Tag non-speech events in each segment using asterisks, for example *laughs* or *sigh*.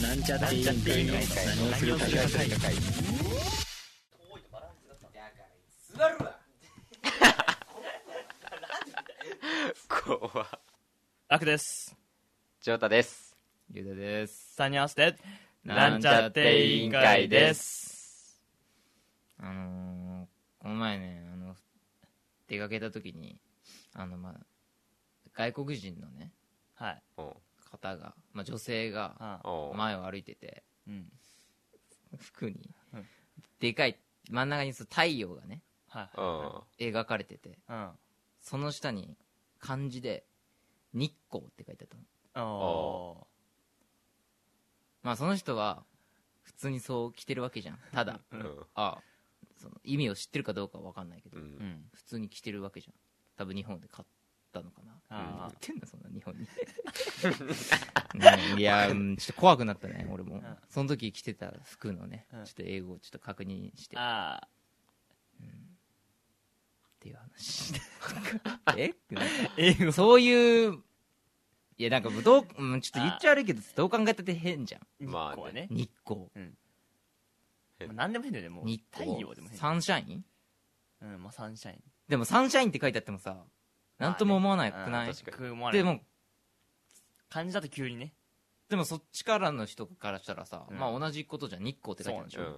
なんちゃって委員会の何をするか会怖楽ですジョータですゆうたです3人合わせてなんちゃって委員会ですあのー、この前ねあの出かけた時にあのまあ外国人のねはいおう方が、まあ、女性があおう前を歩いててうん服にうんでかい真ん中にその太陽がねはういん描かれててうんその下に漢字で日光って書いてあったのおまあその人は普通にそう着てるわけじゃんただうんああその意味を知ってるかどうかは分かんないけど、うーんうん普通に着てるわけじゃん多分日本で買ったのかなあ売ーってんだそんな日本に、ねいやうんちょっと怖くなったね俺も、んその時着てた服のね、うんちょっと英語をちょっと確認してっあていう *laughs* 話えってなっー英語たそういういやなんかどう、うん、ちょっと言っちゃ悪いけどどう考えたって変じゃんまあね日光は日ね光変まあ何でもいいんだよねもう日太光陽でもいいサンシャインうんまあサンシャインでもサンシャインって書いてあってもさなんとも思わなくない、まあねうん確かに雲あれでも感じだと急にねでもそっちからの人からしたらさ、うんまあ同じことじゃん日光って書いてあるでしうょ、ん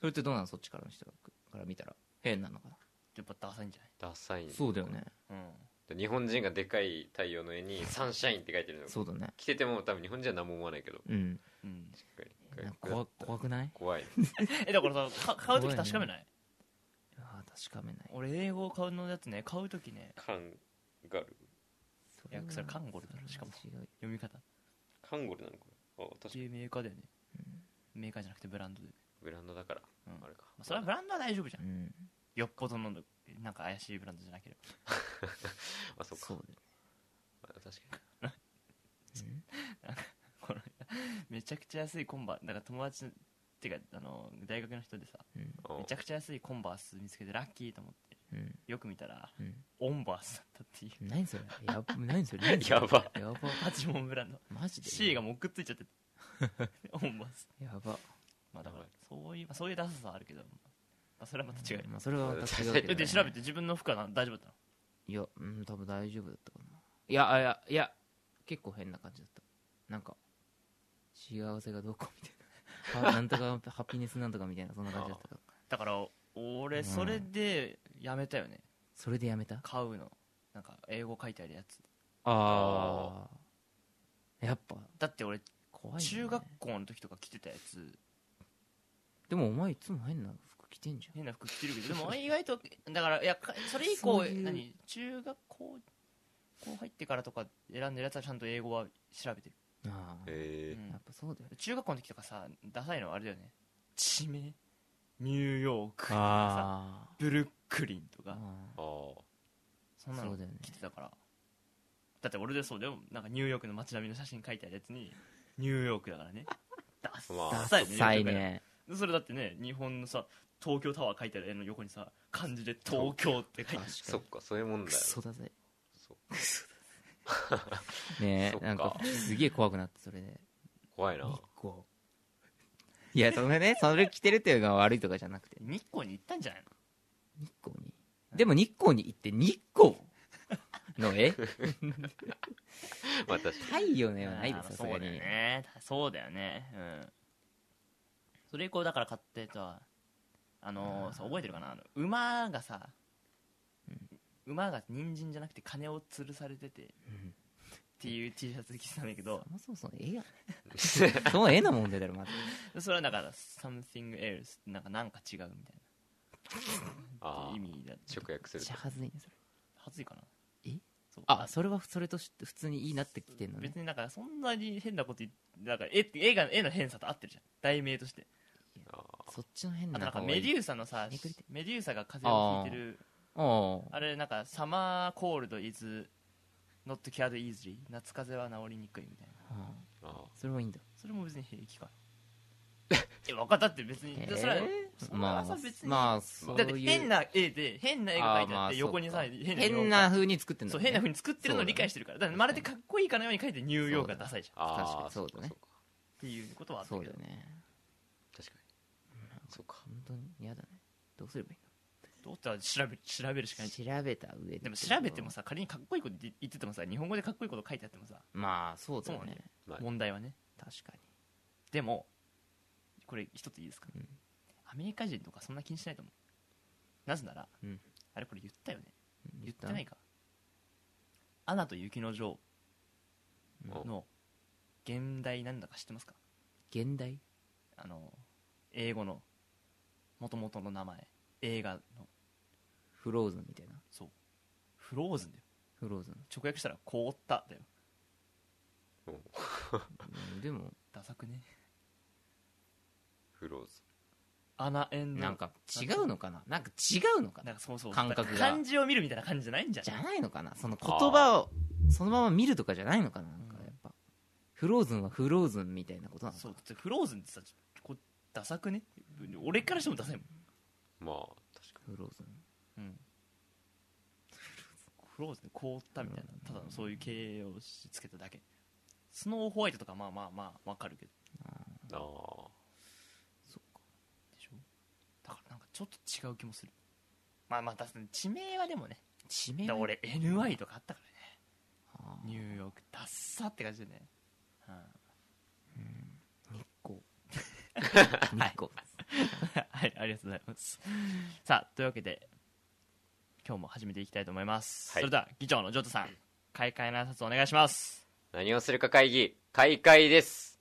それってどうなのそっちからの人から見たら変なのかなやっぱダサいんじゃダサいねそうだよねないうん日本人がでかい太陽の絵にサンシャインって書いてるのそうだね着てても多分日本人は何も思わないけどうんうんなんか怖怖くない怖い *laughs* えだからさか買う時確かめないああ確かめない俺英語買うのやつね買う時ねカンガルそいやそれカンゴルだろしかも違う読み方カンゴルなのこれあ確かそういうメーカーだよねメーカーじゃなくてブランドでブランドだからうんあれかまあそれはブランドは大丈夫じゃうんんよっぽどのなんか怪しいブランドじゃなければ *laughs* あそうそかうまあ確かだよねこのめちゃくちゃ安いコンバなんか友達っていうかあの大学の人でさうんにめちゃくちゃ安いコンバース見つけてラッキーと思ってうんよく見たらうんオンバースだったっていう *laughs* 何それやば何それ何それやばやばパチモンブランドマジで C がもうくっついち *laughs* ゃっててオンバースやばまあだからそういうまあそういうダサさはあるけどまあそれはまた違うまあそれはまた違うけど、だね、 *laughs* って調べて自分の服はな大丈夫だっいや、うん、多分大丈夫だったかな。いや、あいや、いや、結構変な感じだった。なんか、幸せがどうこうみたいな。は *laughs* なんとか、ハッピネスなんとかみたいな、そんな感じだったから。たのだから俺うんそれでやめたよねそれでやめた買うのなんか英語書いてあるやつああ。やっぱ、だって俺怖い、ね。中学校の時とか着てたやつでもお前いつも変な服着てんじゃん。変な服着てるけ *laughs* どでも意外とだからいやかそれ以降そういう何中学校校入ってからとか選んでるやつはちゃんと英語は調べてる、ああ。えうんやっぱそうだよね。中学校の時とかさダサいのはあれだよね地名ニューヨークとかさあブルックリン *laughs* とーかああそんなそのうだよね着てたからだって俺でそうでもなんかニューヨークの街並みの写真書いてあるやつにニューヨークだか *laughs* らねダッまあダサいよねサいニューヨークだからね。それだってね日本のさ東京タワー書いてある絵の横にさ漢字で東京って書いてあるそっかそういうもんクだよソダサい。そうねそっかなんか、すげえ怖くなって、それで。怖いな日光。 *laughs* いや、それね、それ着てるっていうのが悪いとかじゃなくて。日光に行ったんじゃないの日光にでも日光に行って日光の絵まあ確かに太陽の絵はないですよさすそがうだよにねそうだよねうんそれ以降だから買ってたあのーさ覚えてるかなあの馬がさ、馬が人参じゃなくて金を吊るされてて、っていう T シャツ着てたんだけどそもそもその絵や *laughs* その絵の問題だろまずそれはだから「something else」なんかなんか違うみたいあ *laughs* あな意味だ直め訳すっるちゃはずいねそれはずいかなえそうあそれはそれとして普通にいいなってきてんのね別になんかそんなに変なこと言ってなんか絵って絵が絵の変さと合ってるじゃん題名としてああそっちの変あとななんか方がメいデいューサのさめくりてメデューサが風邪をひいてるああれなんかサマーコールドイズノットキャードイーズリー夏風邪は治りにくいみたいなあああそれはいいんだそれも別に *laughs* 平気かえ分かったって別に、でそれはそれまはあさ別に、まあそうだっていう変な絵で変な絵が描いてあーまあっあて横にそっさか変な変な風に作ってんそだうね変な風に作ってるのを理解してるからだからまるでかっこいいかのように描いてニューヨークがダサいじゃんあ確かにそうだねかっていうことはあったそけうどだね確かにそうか本当に嫌だねどうすればいいどうやって調べ調べるしかないの調べた上ででも調べてもさ仮にかっこいいこと言っててもさ日本語でかっこいいこと書いてあってもさまあそうだよそうねねまあ問題はね確かでもこれ一ついいですか、うんアメリカ人とかそんな気にしないと思うなぜなら、うんあれこれ言ったよねに言ってないか「アナと雪の女王」うんの現代なんだか知ってますか現代あの英語の元々の名前映画のフローズンみたいなそうフローズンだよフローズン直訳したら凍っただようんでもダサくねフローズアナエンドなんか違うのかななんか違うのかななんかそうそう感覚がだから漢字を見るみたいな感じじゃないんじゃじんゃないのかなその言葉をそのまま見るとかじゃないのかななんかうんやっぱフローズンはフローズンみたいなことなのかそうなだってフローズンってさこうダサくね俺からしてもダサいもん、まあ確かフローズンうん、フローズン凍ったみたいなただのそういう形容詞つけただけスノーホワイトとかまあまあまあわかるけどになあでしょだからなんかちょっと違う気もするまあまあ確かに地名はでもね地だ名から俺 NY とかあったからねあーニューヨークダッサって感じでね、うん、日光日光はい、ありがとうございます。さあ、というわけで、今日も始めていきたいと思います。はいそれでは、議長のジョータさん、開会の挨拶お願いします。何をするか会議開会です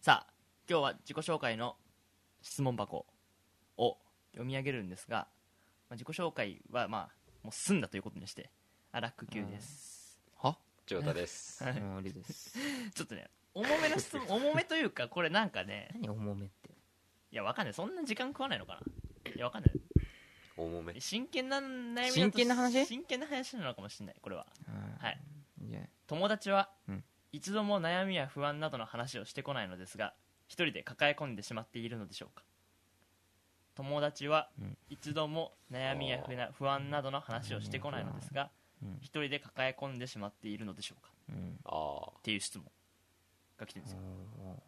さあ、今日は自己紹介の質問箱を読み上げるんですが、まあ、自己紹介は、まあ、もう済んだということにして、アラック級です。はジョータですはいもうあれです *laughs* ちょっとね、重めの質問、 *laughs* 重めというか、これなんかね、何重めっていや、わかんない。そんな時間食わないのかな。いや、わかんない。重め真剣な悩みだと真剣な話真剣な話なのかもしれない、これは。ははい。いや友達はうん一度も悩みや不安などの話をしてこないのですが一人で抱え込んでしまっているのでしょうか友達はうん一度も悩みや不な不安などの話をしてこないのですがうん一人で抱え込んでしまっているのでしょうかうんああっていう質問が来てるんですよおー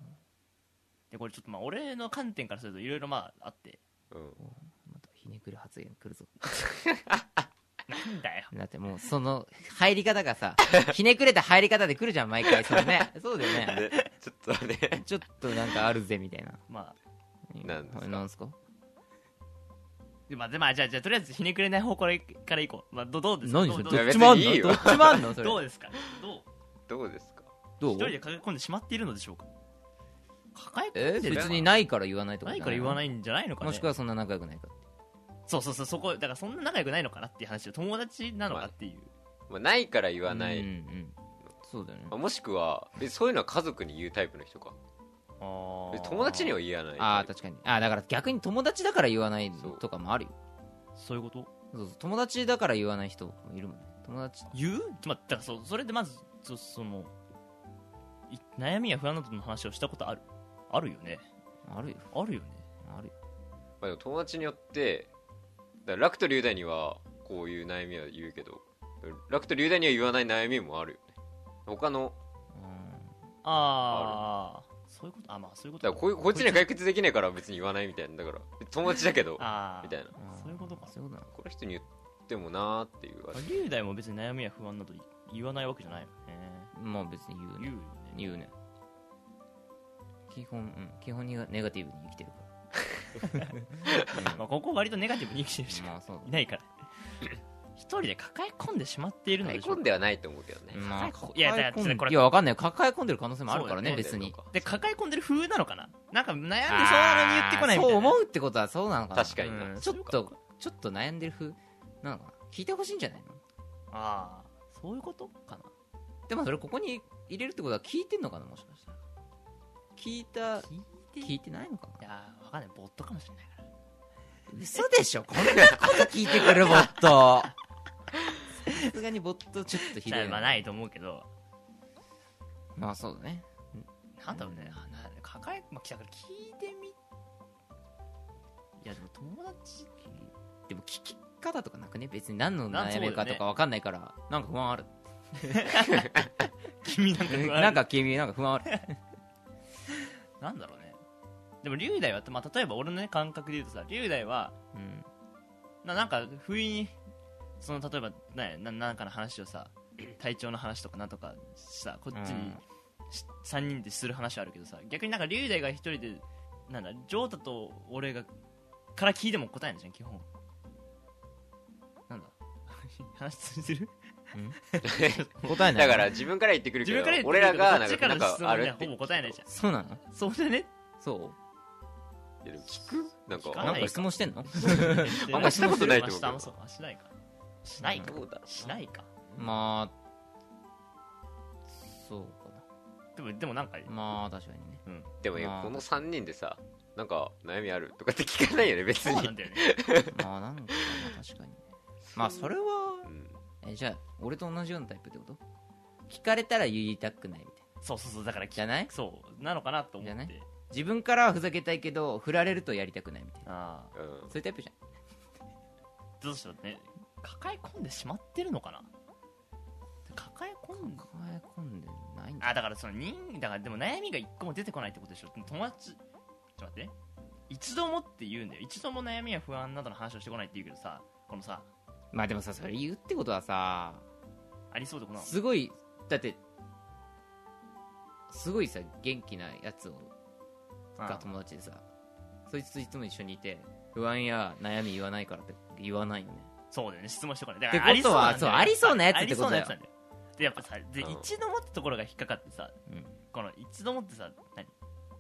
でこれちょっとまあ俺の観点からするといろいろまああってうんまたひねくる発言来るぞなんだよだってもうその入り方がさひねくれた入り方で来るじゃん毎回それねそうだよねでちょっとね *laughs* ちょっとなんかあるぜみたいなまあなんですかなんすかでまあでまあじゃあじゃあとりあえずひねくれない方向からいこう、まあ、どどうですか何どそうれどどうっちもあんいや別にいいのよどっちもあんのそれどうですかどうどうですかど一人で抱え込んでしまっているのでしょうか抱ええ込んでる別にないから言わないとかないから言わないいんじゃないのかねもしくはそんな仲良くないかそうそうそうそこだからそんな仲良くないのかなっていう話で友達なのかっていう、まあないから言わなうんういんそうだよねまあもしくはえそういうのは家族に言うタイプの人かあえ友達にはは言わないああタイ確かにああだから逆に友達だから言わないとかもあるよそういうことそうそう友達だから言わない人もいるもんね友達言うまあだからそうそれでまずそそのい悩みや不安などの話をしたことあるあるよねあるよあるよねあるよプまあ、でも友達によってだから楽と龍大にはこういう悩みは言うけど楽と龍大には言わない悩みもあるよね他のああそういうことあまあそういうことだからこういうこっちには解決できないから別に言わないみたいなだから友達だけどああみたいなうんんそういうことかそういうことなのこの人に言ってもなーっていうまあ龍大も別に悩みや不安など言わないわけじゃないよねまあ別に言うね言うよね言うね基本、うん、基本にネガティブに生きてるか *laughs* まあ、ここ割とネガティブに生きてる人まあがそういないから一人で抱え込んでしまっているの買でいしょ込んではないと思うけどねだ、まあいや抱えだから込んでこれいやわかんない抱え込んでる可能性もあるからねそうだ別 *laughs* にで抱え込んでる風なのかななんか悩んでそうあーなのに言ってこないみそたいなう思うってことはそうなのかな確かにな、うんちょっとちょっと悩んでる風なのかな聞いてほしいんじゃないのああそういうことかなでもそれここに入れるってことは聞いてんのかなもしかしたら聞いた聞いて聞いてないのかないやーわかんないボットかもしれないから嘘でしょこんなこと聞いてくるボットさすがにボットちょっとひじどゃあいまあないと思うけどまあそうだねなんだろうね、あな抱え、まあ、来たから聞いてみいやでも友達でも聞き方とかなくね別に何のなん悩みかとかわかんないからなんか不安ある君なんか不安なんか君なんか不安あるなんだろうねでも龍大は、まあ、例えば俺のね感覚で言うとさ龍大はうんななんか不意にその例えばなななんかの話をさ *clears throat* 体調の話とかなんとかさこっちに、し3人でする話はあるけどさ逆になんか龍大が一人でなんだジョータと俺がから聞いても答えないじゃん基本なんだ *laughs* 話通じてる答えないだから自分から言ってくるけど自分から言って俺らがなんこっちかかならんのか質問あにるはってほぼ答えないじゃんそうなのそう *laughs* だねそいやでも聞くなんか聞うかなんないか質問してんのあんましたことないと思うけどあそうかしないかしないかどうだろうしないかまあそうかでもでもなんかなまあ確かにねうんでもいやまあこの3人でさなんか悩みあるとかって聞かないよね別そうになんだよねまあなんかな確かにねまあそれはうんえじゃあ俺と同じようなタイプってこと聞かれたら言いたくないみたいなそうそうそうだからじゃないそうなのかなと思じゃっないて自分からはふざけたいけど振られるとやりたくないみたいなああうんそういうタイプじゃんどうしようね抱え込んでしまってるのかな抱え込んで抱え込んでないんじゃあだからその人だからでも悩みが一個も出てこないってことでしょ友達ちょっと待って一度もって言うんだよ一度も悩みや不安などの話をしてこないって言うけどさこのさまあでもさそれ言うってことはさありそうでこのすごいだってすごいさ元気なやつをが友達でさそいつといつも一緒にいて不安や悩み言わないからって言わないよねそうだよね質問してこないだってことはなんだよそうありそうなやつってことだよありそうなやつなんだよでやっぱさでうん一度もってところが引っかかってさ、うんこの一度もってさ何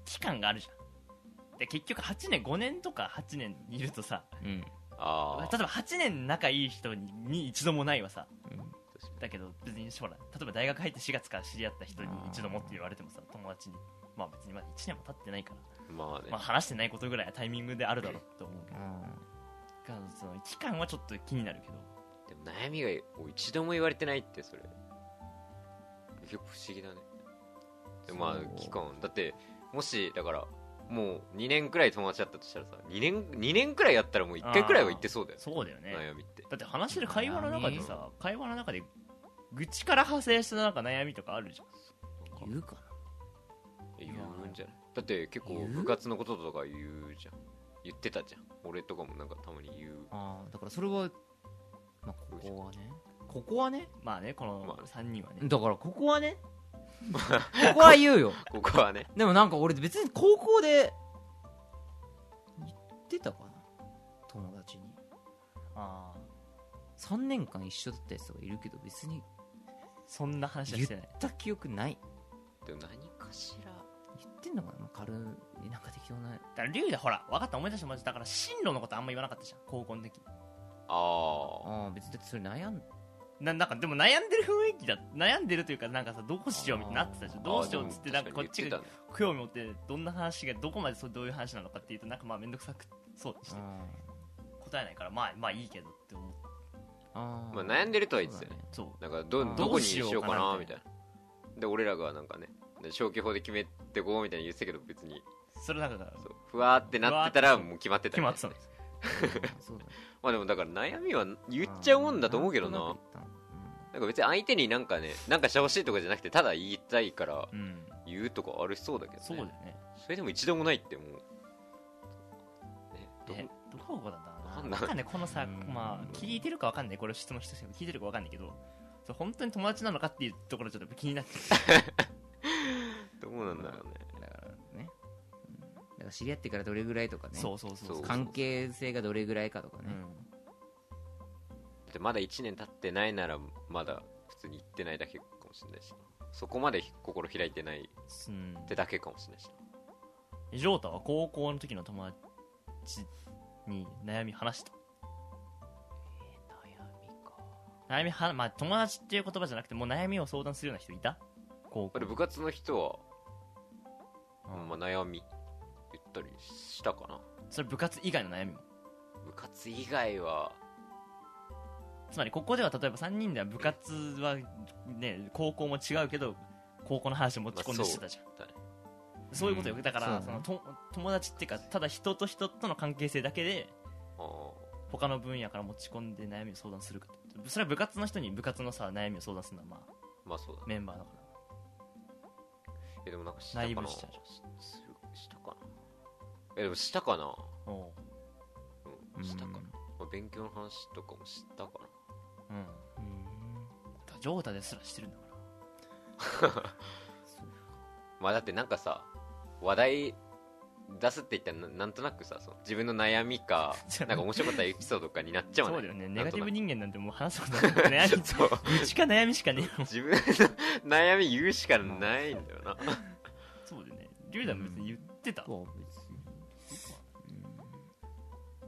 期間があるじゃんで結局8年5年とか8年いるとさうんあ例あえば8年仲いい人にに一度もないはさ確だけど別にほら例えば大学入って4月から知り合った人に一度もって言われてもさ友達にまあ別にまだ1年も経ってないから、まあねまあ、話してないことぐらいはタイミングであるだろうと思うけどだからその期間はちょっと気になるけどでも悩みが一度も言われてないってそれ結構不思議だねでもまそうあ期間だってもしだからもう2年くらい友達だったとしたらさ2年二年くらいやったらもう1回くらいは言ってそうだよねそうだよね悩みってだって話してる会話の中でさ会話の中で愚痴から派生したなんか悩みとかあるじゃん言うか言うんじゃないだって結構言う部活のこととか言うじゃん言ってたじゃん俺とかもなんかたまに言うなああだからそれはまあここはねここはねまあねこのまあね3人はねだからここ *laughs* はねここは言うよここはねでもなんか俺別に高校で言ってたかな友達にああ3年間一緒だったやつとかいるけど別にそんな話は言しってないた記憶ないでも何かしら言ってんのかな、まあ、軽いなんか適当なだから龍でほら分かった思い出してもらっただから進路のことあんま言わなかったじゃん高校の時ああああ別にだってそれ悩んななんかでも悩んでる雰囲気だ悩んでるというかなんかさどうしようみたいになってたじゃんどうしようっつってなんかこっちが興味持ってどんな話がどこまでそうどういう話なのかっていうとなんかまあ面倒くさくそうしてあ答えないからまあまあいいけどって思ってあまあ悩んでるとは言ってたよねそうなんかどあーどこにしどうしよよううかかななみみたたいいなで俺らがなんかねで消去法で決めてこうみたいに言ってたけど別にそれなんかだからそうふわーってなってたふわらーってもう決まってた決よまね、ってたんそうだねまあでもだから悩みは言っちゃうもんだと思うけどなとく言ったのなんか別に相手になんかねなんかしてほしいとかじゃなくてただ言いたいからうん言うとかあるしそうだけどねそうだよねそれでも一度もないってもうねどえどこがこだったのわかかんなないわかんないこのさうんまあ聞いてるかわかんないこれ質問してる人聞いてるかわかんないけどそう本当に友達なのかっていうところちょっとやっぱ気になってどうなんだろうねだからね、だから知り合ってからどれぐらいとかねそうそうそうそう関係性がどれぐらいかとかね、うんでまだ1年経ってないならまだ普通に行ってないだけかもしれないしそこまで心開いてないうんってだけかもしれないしジョータは高校の時の友達に悩み話した悩みはまあ友達っていう言葉じゃなくてもう悩みを相談するような人いた高あ校れ部活の人は、うんまあ、悩み言ったりしたかなそれ部活以外の悩みも部活以外はつまりここでは例えば3人では部活はね高校も違うけど高校の話を持ち込んでしてたじゃん、だねそういうことよ、うんだからそうだねそのと友達っていうかただ人と人との関係性だけであー他の分野から持ち込んで悩みを相談するかとそれは部活の人に部活のさ悩みを相談するのはまあまあそうだねメンバーだからえでもなんかしたかな内部しちゃうしするしたかなえでもしたかなおううんしたかなうん、まあ、勉強の話とかもしたかなうんジョータですらしてるんだからまあだってなんかさ話題出すって言ったらななんとなくさその自分の悩み *laughs* かそうなんか面白かったエピソードかになっちゃうそうだよねネガティブ人間なんてもう話すことなないん *laughs* 悩となみくそう愚痴か悩みしかねえもん自分の悩み言うしかないんだよなそうだよねリュウダも別に言ってた、そう別に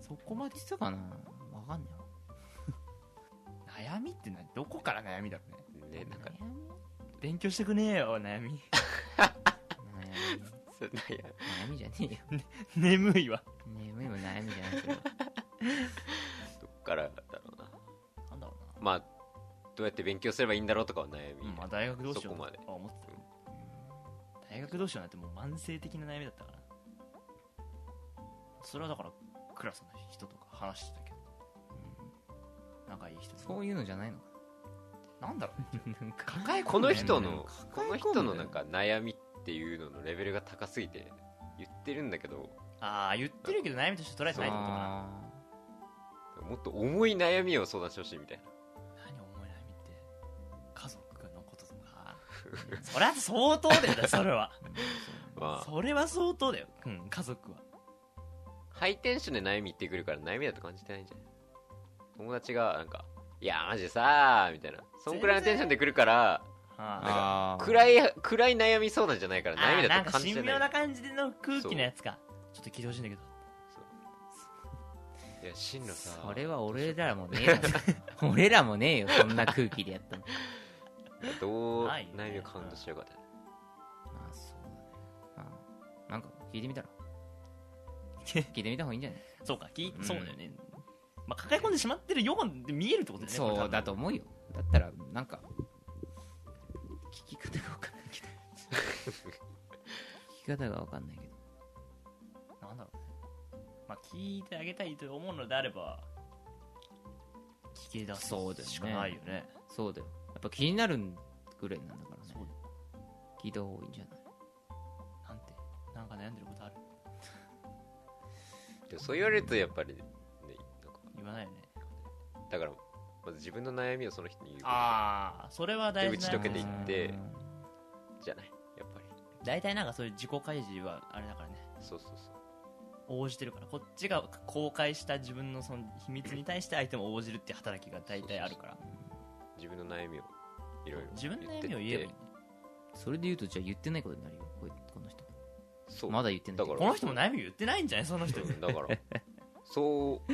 そこまで実はかなわかんない悩みって何どこから悩みだろうねねなんか悩み勉強してくねえよ悩 *laughs* み悩みそう悩悩みみじゃねえよ眠いわ眠いも悩みじゃないそれはどっからだろうななんだろまあどうやって勉強すればいいんだろうとかは悩うみ、な、まあ、大学どうしようそこまであ思ってた大学どうしようなんてもう慢性的な悩みだったからそれはだからクラスの人とか話してたけど、仲いい人そういうのじゃないのかなんだろうねななんか抱え込こんでのん人だよのこの人のなんか悩みっていうののレベルが高すぎて言ってるんだけどああ言ってるけど悩みとして捉えてないってことかなあもっと重い悩みを相談してほしいみたいな何重い悩みって家族のこととかそれは相当だよ *laughs* ねそれはーうんまあそれは相当だようん家族はハイテンションで悩み言ってくるから悩みだと感じてないんじゃない友達がなんか「いやーマジでさー」みたいなそんくらいのテンションで来るからああー暗い暗い悩み相談じゃないからあ悩みなだんとか感じ神て妙ないな感じの空気のやつかちょっと聞いてほしいんだけどいや進路さそれは俺らもねえだろ俺らもねえよそんな空気でやったのどうないよね悩みをカウントしようかってまあそうだねあなんか聞いてみたら聞いてみた方がいいんじゃないそうか聞い、うんそうだよね、まあ、抱え込んでしまってるようで見えるってことだよねこれ多そう分だと思うよだったらなんか聞き方が分かんないけど聞き方が分かんないけどなんだろうねまあ聞いてあげたいと思うのであれば聞き出すそうだよねしかないよねそうだよやっぱ気になるぐらいなんだからそうね聞いた方がいいんじゃないなんてなんか悩んでることあるでもそう言われるとやっぱりねなんか言わないよねだからまず自分の悩みをその人に言うことああそれは大事な打ち解けていってうんじゃないやっぱり大体なんかそういう自己開示はあれだからねそうそうそう応じてるからこっちが公開した自分のその秘密に対して相手も応じるって働きが大体あるから自分の悩みをいろいろ自分の言っ悩てみを言えばいいんっだてよそれで言うとじゃあ言ってないことになるよこいこの人そうまだ言ってないけどだかこらの人も悩み言ってないんじゃないその人 *laughs* うんだからそう思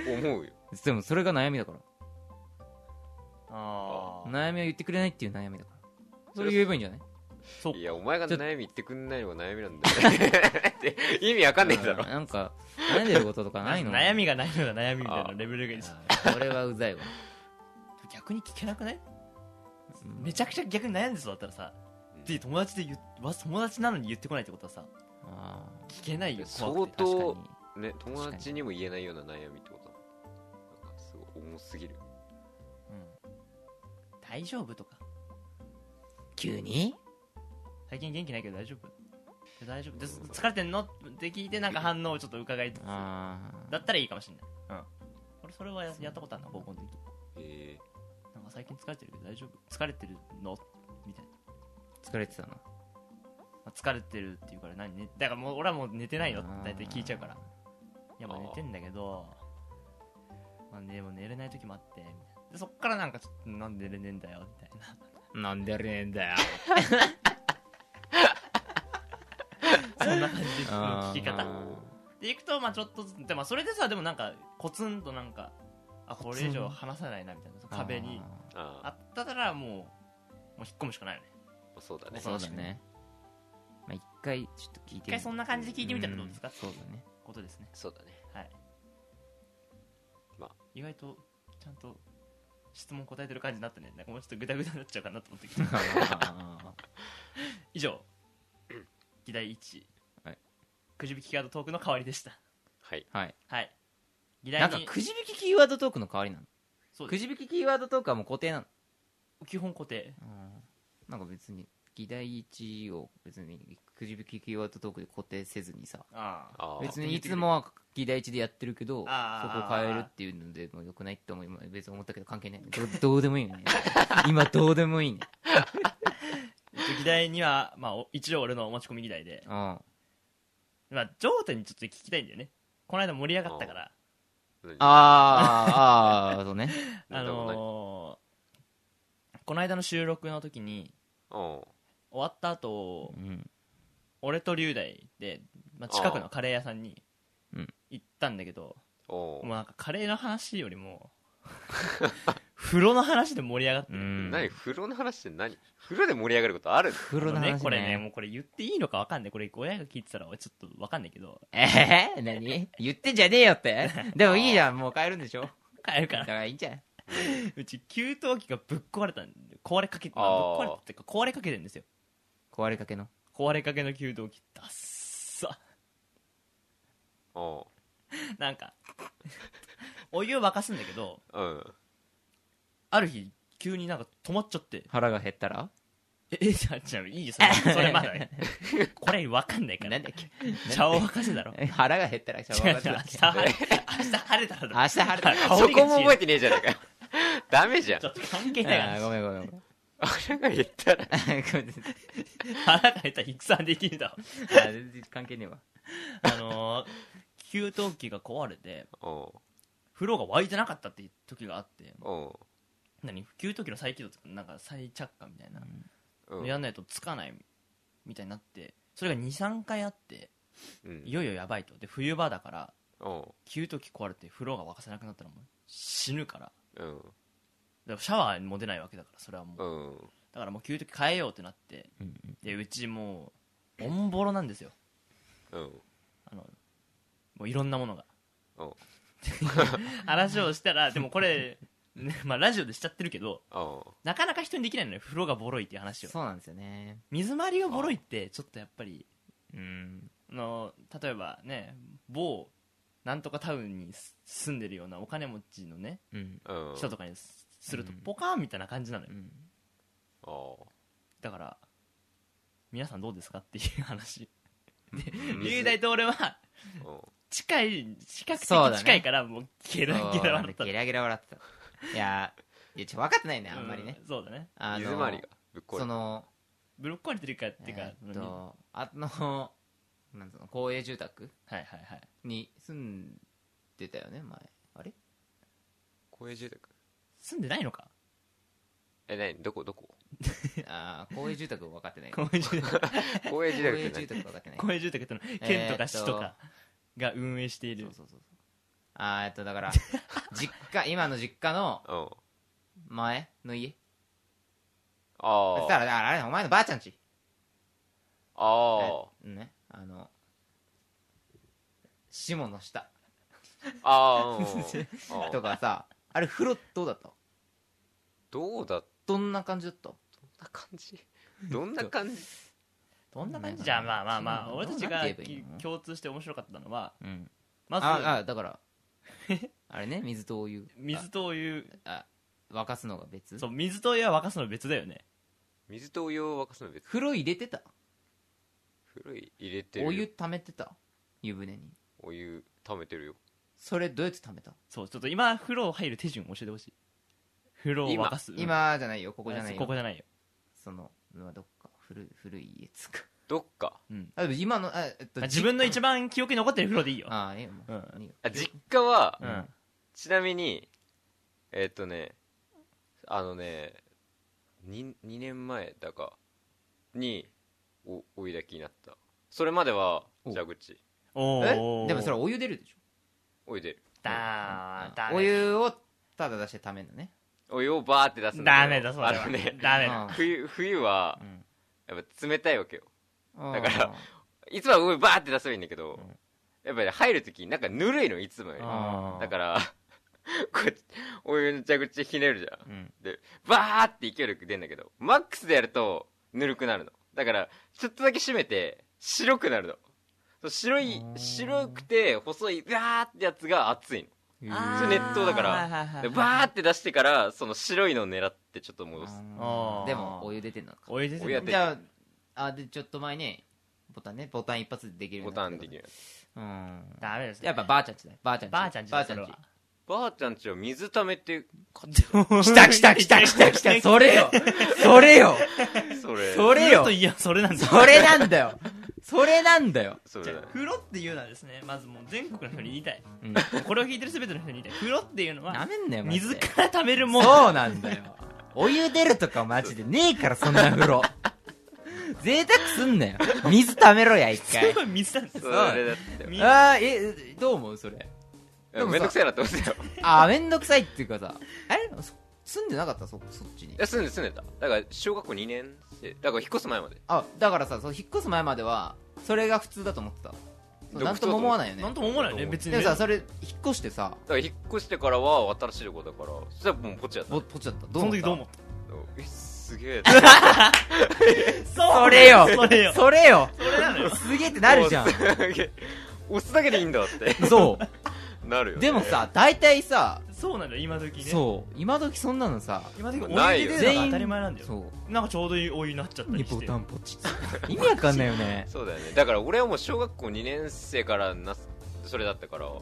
うよでもそれが悩みだからああ悩みを言ってくれないっていう悩みだからそれ言えばいいんじゃない *laughs* そういや、お前がちょっと悩み言ってくんないのが悩みなんだよ。って *laughs* 意味わかんないだろうん。なんか悩んでることとかないの悩みがないのが悩みみたいなレベルがいいですあこれはうざいわ逆に聞けなくないめちゃくちゃ逆に悩んでそうだったらさうんで友達で言っわ友達なのに言ってこないってことはさあ聞けないよ怖相くてー当確、かね、友達にも言えないような悩みってことだなんかすごい重すぎる。うん大丈夫とかに急に最近元気ないけど大丈夫大丈夫です疲れてんのって聞いてなんか反応をちょっと伺いつつだああったらいいかもしれない、うん、俺それはややったことあるな高校の時えなんか最近疲れてるけど大丈夫疲れてるのみたい疲れてたななまあ疲れてるって言うから何寝だからもう俺はもう寝てないよって大体聞いちゃうからいやまあ寝てんだけどまあでも寝れない時もあってみたいなでそっからなんかちょっとなんで寝れねえんだよみたい *laughs* ななんでやれねえんだよそんな感じで聞きあ方ーでいくとまあちょっとずつでもそれでさでもなんかコツンとなんかあこれ以上話さないなみたいな壁にああったらもうもう引っ込むしかないよねあそうだねそうだねまあ一回ちょっと聞いてみ一回そんな感じで聞いてみたらどうですか、んそうだねことですねそうだねはいまあ意外とちゃんと質問答えてる感じになったねなんかもうちょっとグダグダになっちゃうかなと思って *laughs* きた *laughs* 以上議題1、はいくじ引きカードトークの代わりでしたはいはいはい議な題んかにくじ引きキーワードトークの代わりなのそうくじ引きキーワードトークはもう固定なの基本固定うんなんか別に議題1を別にくじ引きキーワードトークで固定せずにさああああ別にいつもは議題1でやってるけどそこあー変えるっていうのでもよくないって思い別に思ったけど関係ないどどうでもいいよね今どうでもいいね議題には、まあ、お一応俺の持ち込み議題で、うんまあ、頂点にちょっと聞きたいんだよねこの間盛り上がったからあーあーそうねあのーこの間の収録の時にうん終わった後うん俺と龍大で、まあ、近くのカレー屋さんにうん行ったんだけど、おもうなんかカレーの話よりも *laughs* 風呂の話で盛り上がって、うん何風呂の話って何風呂で盛り上がることある風呂のあ話ねのねこれねもうこれ言っていいのかわかんないこれ親が聞いてたら俺ちょっとわかんないけどえー、何言ってんじゃねえよってでもいいじゃんもう帰るんでしょ帰るかだかららいいんじゃんうち給湯器がぶっ壊れたんで壊れかけて、まああーぶっ壊れたっていうか壊れかけてるんですよ壊れかけの壊れかけの給湯器ダッサおなんかお湯を沸かすんだけどううんある日急になんか止まっちゃって腹が減ったらええじゃあじゃあいいよそれそれまだ *laughs* ねこれわかんないかなんらだっけ茶を沸かせだろえ腹が減ったらシャ違う違ワうー明日だっけ晴れ明日晴れたらだ明日晴れたらあそ俺がこ一も位覚えてねえじゃねえかよ *laughs* ダメじゃんちょっと関係ないあー話ごめんごめんご *laughs* めん腹が減ったら腹が減ったら戦できるだろあ全然関係ねえわあのー給湯器が壊れてお風呂が沸いてなかったっていう時があってうお何給湯器の再起動とかなんか再着火みたいな、ううんやんないとつかないみたいになってそれが23回あってうんいよいよやばいとで冬場だからお給湯器壊れて風呂が沸かせなくなったらもう死ぬからううんだからシャワーも出ないわけだからそれはもううんだからもう給湯器変えようってなってうんでうちもうオンボロなんですようんあのもういろんなものがおう *laughs* 話をしたらでもこれ、ねまあ、ラジオでしちゃってるけどおうなかなか人にできないのよ風呂がボロいっていう話をそうなんですよね水回りがボロいってちょっとやっぱりうんあの例えばね某なんとかタウンにす住んでるようなお金持ちのねうんうん人とかにすするとうんポカーンみたいな感じなのようんおだから皆さんどうですかっていう話う雄大と俺はおう近い視覚そうだ的ね近いからもうゲラゲラ笑ったゲラゲラ笑ってたいやいやちょ分かってないねあんまりねうんそうだねあの水回りがぶっ壊それたのブロッコリーというかっていうかえーっとあのなんつうの公営住宅はいはいはいに住んでたよね前あ *laughs* れ公営住宅住んでないのかえ何どこどこあー公営住宅分かってない公公営住宅公営住宅営って住宅何分かってない公営住宅ってのは県とか市とかが運営しているそうそうそうそうあーえっとだから *laughs* 実家今の実家のおう前の家あだあからだからあれお前のばあちゃんちあえねあの下の下あああとかさあれ風呂どうだったどうだっどんな感じだったた感じどんな感じどんな感うじんじゃあまあまあまあそう俺たちなんがて言えばいいのき共通して面白かったのはうんまあずあだから *laughs* あれね水とお湯水とお湯あ沸かすのが別そう水とお湯は沸かすの別だよね水とお湯を沸かすの別に風呂入れてた古い入れてるよお湯溜めてた湯船にお湯溜めてるよそれどうやって溜めたそうちょっと今風呂入る手順教えてほしい風呂を沸かすうん今じゃないよこここじゃないよこじゃないよそのまあどっか古い古い家つうかどっかうんあでも今のあ、えっと、あ自分の実一番記憶に残ってる風呂でいいよあえもううんいいよあ実家は、うんちなみにえっとねあのね 2, 2年前だかにお追いだきになったそれまではお蛇口おえーでもそれお湯出るでしょおいでるだーだうんお湯をただ出してためんのねお湯をバーって出すんダけメだどそれはあのねダメだ *laughs* 冬冬はうんやっぱ冷たいわけよだからいつもはお湯バーって出せばいいんだけど、やっぱり入るときなんかぬるいのいつもよりあーだからこうお湯の蛇口ひねるじゃんうんでバーって勢いよく出るんだけどマックスでやるとぬるくなるのだからちょっとだけ締めて白くなるのそう白いあー白くて細いバーってやつが熱いのあーそれ熱湯だからはいはいはいでバーって出してからその白いのを狙ってちょっと戻すあーでもお湯出てんのかお湯出お湯やってるてじゃああでちょっと前にボタンねボタン一発でできるようボになタったンってでこきとるうんダメですねやっぱばあちゃんちだよばあちゃんちばあちゃんちばだあちゃそんれちはばあちゃんちは水溜めて来た来た来た来た来たそれよそれよそれそれよといやそれなんですそれなんだよそれなんだよそれじゃだあね風呂っていうのはですねまずもう全国の人に言いたいうんこれを聞いてる全ての人に言いたい風呂っていうのなはめんなよマジで水から溜めるもんそうなんだよお湯出るとかマジでねえからそんな風 *laughs* 呂贅沢すんなよ水ためろや一回すごい水なんですそよれだってみああえどう思うそれでもさめんどくせえなって思ってたよあーめんどくさいっていうかさあれそ住んでなかったそそっちにいや住んで住んでただから小学校2年生だから引っ越す前まであだからさその引っ越す前まではそれが普通だと思ってたそうでなんとも思わないよねなんとも思わないよね別にでねもさそれ引っ越してさだから引っ越してからは新しいとこだからそしたらもうポチやったぼポチだったどその時どう思っったえすげえたそれよそれよそれよそれなのよすげえ *laughs* ってなるじ *laughs* ゃんすげえ押すだけでいいんだってそなるよ、うね、でもさ大体さそうなんだよ今時ねそう今時そんなのさ今時お湯な入いれよるのが当たり前なんだよそなんかちょうどいいお湯になっちゃっうたにりしボてタンポチって意味わかんないよねそうだよねだから俺はもう小学校2年生からなすそれだったからだか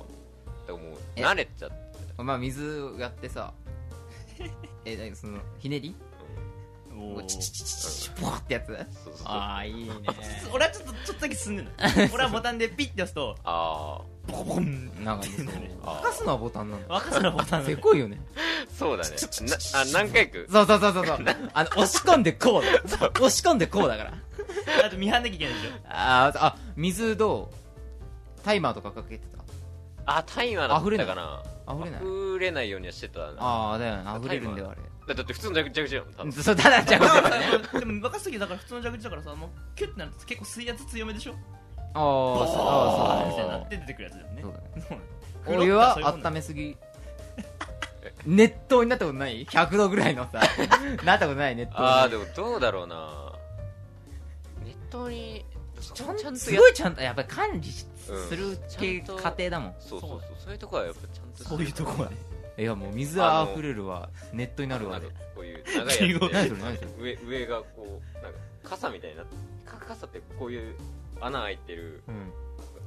らもうえ慣れちゃっ *laughs* てまあ水やって *laughs* さえなんかそのひねりおーチチチチチチボーってやつそうそうそうあああい *laughs* いね俺はちょっとちょっとだけ進ん *laughs* でる俺はボタンでピッて押すとあボコボコンなんかねそうあー沸かすのはボタンなんだ若さのボタン *laughs* せでこいよねーそうだねなあ何回くそうそうそうそうそう *laughs* あの押し込んでこうだ押し込んでこうだからあと見張んなきゃいけないでしょあーあ水どうタイマーとかかけてたあタイマーだ溢れっなたいかな溢れない溢れないようにはしてたなだああだよね溢れるんだよあれだって普通の蛇口じゃん多分そうただじゃだあからでも沸かす時だから普通の蛇口だからさもうキュッてなると結構水圧強めでしょあーそうあーあーみそたうだいになねって出てくるやつだよねそうだねそうお湯は温めすぎ熱湯になったことない100度ぐらいの *laughs* さなったことない熱湯ああでもどうだろうなネットにちゃんちゃんとすやごいちゃんとやっぱり管理しうんする系ちゃんと家庭だもんそうそうそうそういうとこはやっぱちゃんとそういうとこはいやもう水は溢れるわネットになるわなでんかこういう長いやつ何でそれ何それ上上がこうなんか傘みたいになってか傘ってこういう穴開いてる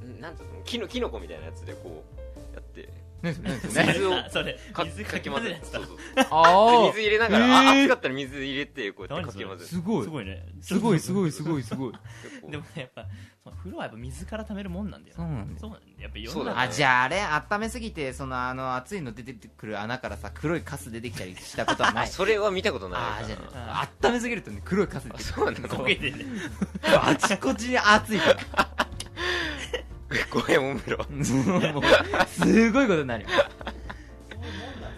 うんんなんていうのキノキノコみたいなやつでこうやって何それ *laughs* 何それ水をあ *laughs* それ水かき混ぜるやつだそうそうあであ水入れながら、えーあ熱かったら水入れてこうやって何かそきれ混ぜるすごいすごいねすごいすごいすごいすごい結構 *laughs* でもねやっぱその風呂はやっぱ水から溜めるもんなんだよそうなんだそうなんだよやっぱいろんなそうだねあじゃああれ温めすぎてそのあの熱いの出てくる穴からさ黒いカス出てきたりしたことはなあいそれは見たことあなあいじゃかなあ温めすぎるとね黒いカス出あてくそうなんだ焦げてね *laughs* るあちこちに熱いからごめんお風呂もうすごいことになるよ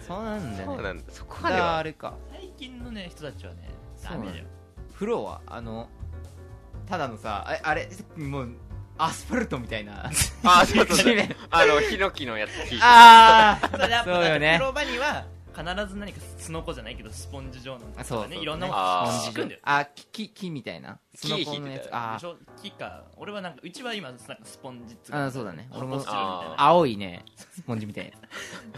そうなんだよそうねなんだそこたまでだはあれか最近のね人たちはねそうダメだよ風呂はあのただのさああれもうアスファルトみたいなあそうそうそ地う面あのヒノキのやつ聞いてあそれやっ *laughs* ぱそうよね風呂場には必ず何かすのこじゃないけどスポンジ状のあとそうかそうねねいろんなもあのー敷くんだよあ木木木みたいな木スノコのや引いてつたあでしょ木か俺はなんかうちは今なんかスポンジっつあそうだね俺俺ももあ青いねスポンジみたいなや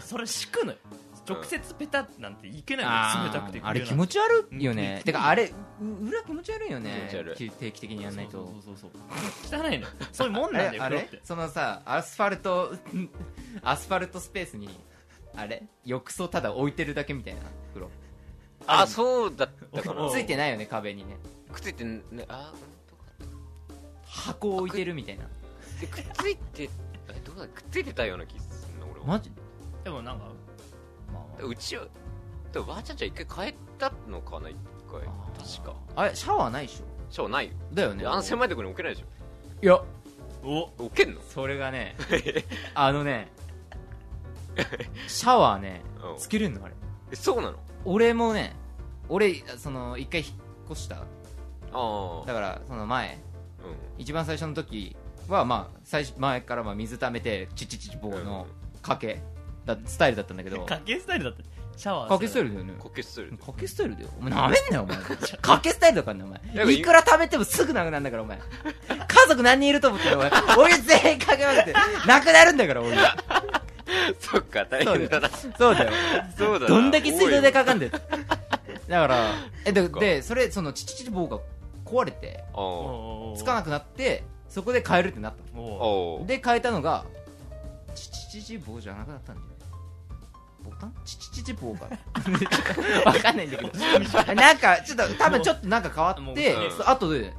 *laughs* つそれ敷くのようん直接ペタッなんていけないのあ冷たくてーあれ気持持ち悪いようねんてかあれう裏気持ち悪いよね気持ち悪いき定期的にやんないとそうそうそうそう汚いのそういうもんなんあだれよあ風呂っれてそのさアスファルト *laughs* アスファルトスペースにあれ浴槽ただ置いてるだけみたいな風呂あそうだったかなおうついてないよね壁にねくっついてんねあ箱を置いてるみたいなでくっついてえどうだくっついてたような気すんな俺はマジでもなんかまあまあうちはでもばあちゃんちゃん一回帰ったのかな一回あー確かあれシャワーないでししかもないよょだよねであの狭いところに置けないでしいやおょ置けんのそれが *laughs* ねあのねシャワーねうんつけるのあれえそうなの俺もね俺その一回引っ越したああだからその前う一番最初の時はまあ最初前からまあ水溜めてチッチッチッチッ棒んのかけだスタイルだったんだけどかかけスタイルだったシャワーけスタイルルだよねこけするかけスタイルだよお前なめんなよお前かけスタイルだからねおやっぱ前いいくら貯めてもすぐなくなるんだからお前家族何人いると思ってるお前俺全員かけまくってなくなるんだから俺 *laughs* そっか大変だなそそうだようだなどんだけ水道で多いよかかんでだからえでっかでそれそのチッチッチッ棒が壊れてあーつかなくなってそこで変えるってなったおあおーで変えたのがチチチチ棒じゃなくなったんじゃないボタンチチチチ棒かわかんないんだけど *laughs* なんかちょっと多分ちょっとなんか変わもっうてうそんうあとで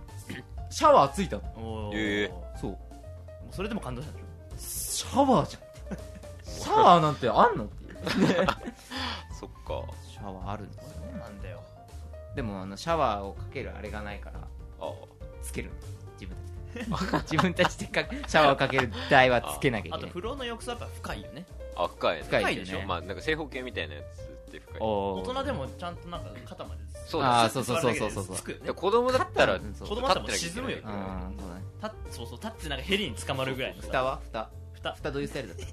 シャワーついたのおおええそうもうそれでも感動したでしょシャワーじゃんシャワーなんてあんのっていうそっかシャワーあるんですよそうなんだよでもあのシャワーをかけるあれがないからああつける自分たちで自分たちでかシャワーをかける台はつけなきゃあいけとない風呂の浴槽やっぱ深いよねあ深いね深いよねでしょまあなんか正方形みたいなやつって深いおー大人でもちゃんとなんか肩までそうあーだそうそうそうそうそうそうつくよねで子供だったらうんそう子供だったらもう沈むようんそうだねたそうそう立ってなんかヘリに捕まるぐらいの蓋さは蓋蓋蓋どういうスタイルだった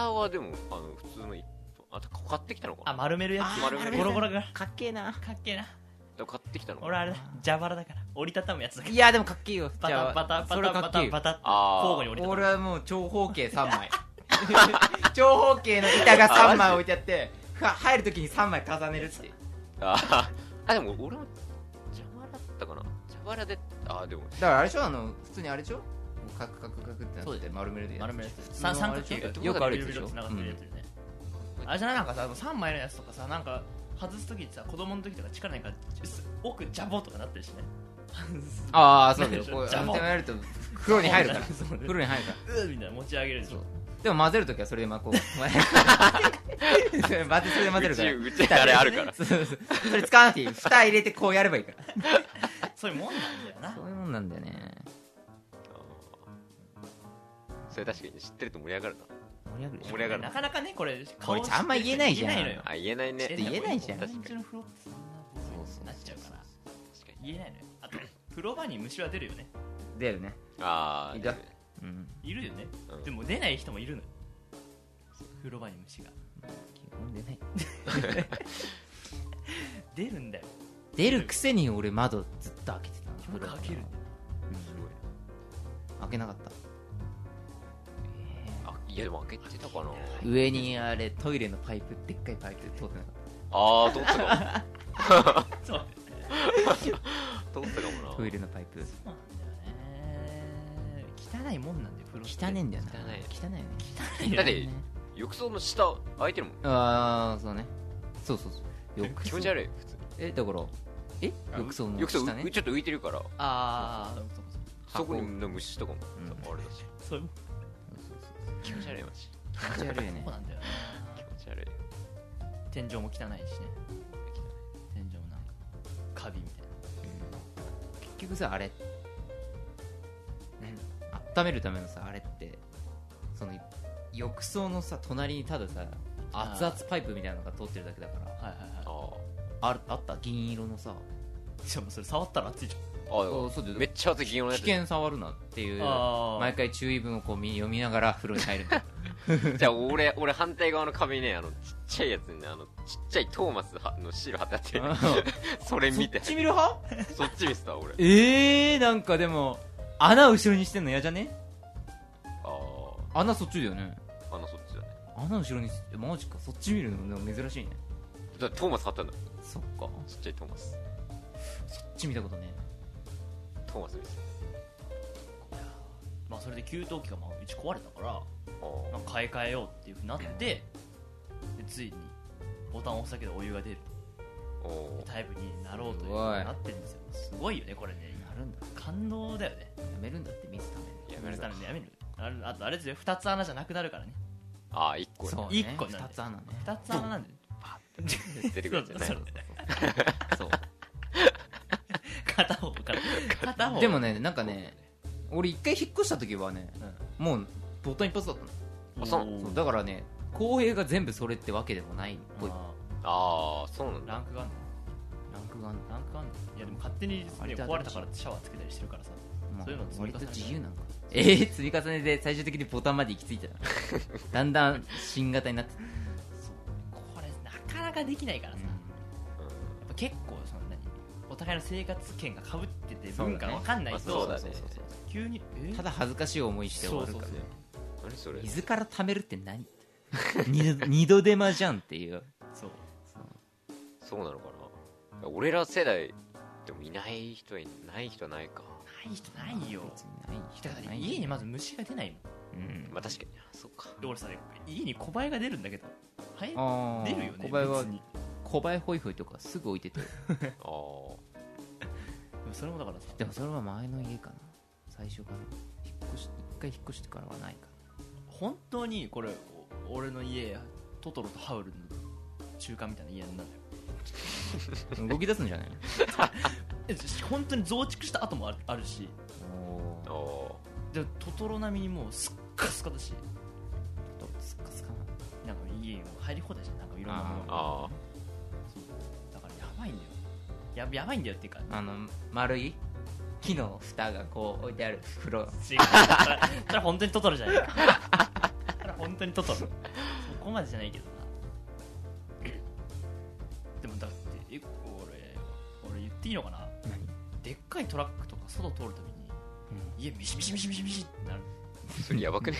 蓋はでもあの普通の一本あ買ってきたのかなあ丸めるやあ丸めつるゴロゴロがかっけえなかっけえなでも買ってきたのか俺なあれだ蛇腹だから折りたたむやつだからいやでもかっけえよバじゃタあバタバそれタはかバっけえタよバタ交あ互ーに折りたた俺むはもう長方形3枚長方形の板が3枚置いてあってふわ入るときに3枚重ねるっていうあーあでも俺も蛇腹だったかな蛇腹であーでもだからあれでしょあの普通にあれでしょもうカクカクカクってなそうっだて丸めるで丸めるや普つ通の三三あれ角でしょ形がよくあるやつでしょビロビロって流れてるやつねあれじゃないなんかさ3枚のやつとかさなんか外す時ってさ子供の時とか力ないから奥ジャボとかなってるしねああそうだよなんこうでしょやってやると風呂に入るからそう風呂に入るからうーみたいな持ち上げるでしょでも混ぜるときはそれでまこう混ぜそれで混ぜるからうちうちあれあるからそうそうそうそれ使わなくていい蓋入れてこうやればいいからそういうもんなんだよ *laughs* なそういうもんなんだよねそれ確かに知ってると盛り上がるな盛り上がるでしょ盛り上がるなかなかねこれこいつあんま言えないじゃん言えないのよあ言えないねちょっと言えないじゃん確かに感じの風呂ってそんな風になっちゃうから確かに言えないのよあと風呂場に虫は出るよね出るねああいいかうんいるよねうんでも出ない人もいるのよ風呂場に虫が基本出ない出るんだよ出るくせに俺窓ずっと開けてたのよく開けるんだよ開けなかったあいやでも開けてたかな上にあれトイレのパイプでっかいパイプ通ってなかっああ通ったかそうも通ったかもなたトイレのパイプそうなんだよね汚いもんなんだよ風呂って汚ねえんだよな汚汚いよね汚いよだっねて浴槽の下開いてるもんああそうねそうそうそう浴槽気持ち悪い普通えだからえ浴槽の浴槽下うねちょっと浮いてるからああそこに虫とかもんあれだしそういう気持ち悪いマジ気持ち悪いよねもんなんだよね気持ち悪い天井も汚いしね天井もなんかカビみたいな結局さあれ、ね、温めるためのさあれってその浴槽のさ隣にたださあ熱ー々パイプみたいなのが通ってるだけだからはいはいはいあーあるあった銀色のさしかもそれ触ったら熱いじあそうーそうだよめっちゃ熱い気温の危やつじ険触るなっていゃうんあ毎回注意文をこう見読みながら風呂に入るんだよゃあ俺俺反対側の壁にねあのちっちゃいやつにねあのちっちゃいトーマスはのシール貼ってあってそれ見てそっち見る派そっち見せた俺 *laughs* えー、なんかでも穴後ろにしてんの嫌じゃねああ穴そっちだよねあのそっちだね穴後ろにえマジかそっち見るのでも珍しいねだってトーマス貼ったんだそっかちっちゃいトーマスそっち見たことねトーマス見せたまあそれで給湯器がまあうち壊れたからあーまあ買い替えようっていうふうになってでついにボタンを押すだけでお湯が出るおータイプになろうというふうになってるんですよすごいよねこれねるんだ感動だよねやめるんだって水ためるやめるたならねやめるあれあとあれですよ2つ穴じゃなくなるからねああ1個そう一個なんで2つ穴ね2つ穴なんで出てくるんじゃないそうそう *laughs* 片方から片方でもねなんかね俺一回引っ越した時はねもうボタン一発だったのあそううんそうだからね公平が全部それってわけでもないっぽいあああそうなんーだランクがあんのランクがあんのランクあんのいやでも勝手にね割と壊れたからシャワーつけたりしてるからさまあそういうの積み割重ねと自由なのかええ積み重ねで最終的にボタンまで行き着いた *laughs* なだんだん新型になってこれなかなかできないからさ、やっぱ結構そんなにお互いの生活圏がかぶっててそうだね文化わかんないと、そうだね急にえただ恥ずかしい思いして終わるそうからそうそう何それ水から溜めるって *laughs* 何二度二度手間じゃんっていうそうそうなのかな俺ら世代でもいない人はいない人はないかない人ないよ別にない人はだからない家にまず虫が出ないもんうんまあ確かになそう *laughs* かで俺さ家に小林が出るんだけどはえあー出るよね小林は別に小林ホイホイとかすぐ置いててああでもそれもだからさでもそれは前の家かな最初かな引っ越し一回引っ越してからはないか本当にこれお俺の家トトロとハウルの中間みたいな家なんだよ *laughs* な動き出すんじゃないえ本当に増築した後もあるあるしのおあーでもトトロ並みにもうすっかすかだしとスカスカななんか家も入り放題じゃんなんかいろんなものがあそうだからやばいんだよややばいんだよっていうかあの丸い木の蓋がこう置いてある風呂違うそれそれ本当にトトロじゃないかそれ本当にトトロそこまでじゃないけどなでもだってえ俺俺言っていいのかな何、でっかいトラックとか外通るたびに家ミシミシミシミシミシってなるあそれやば *laughs* くね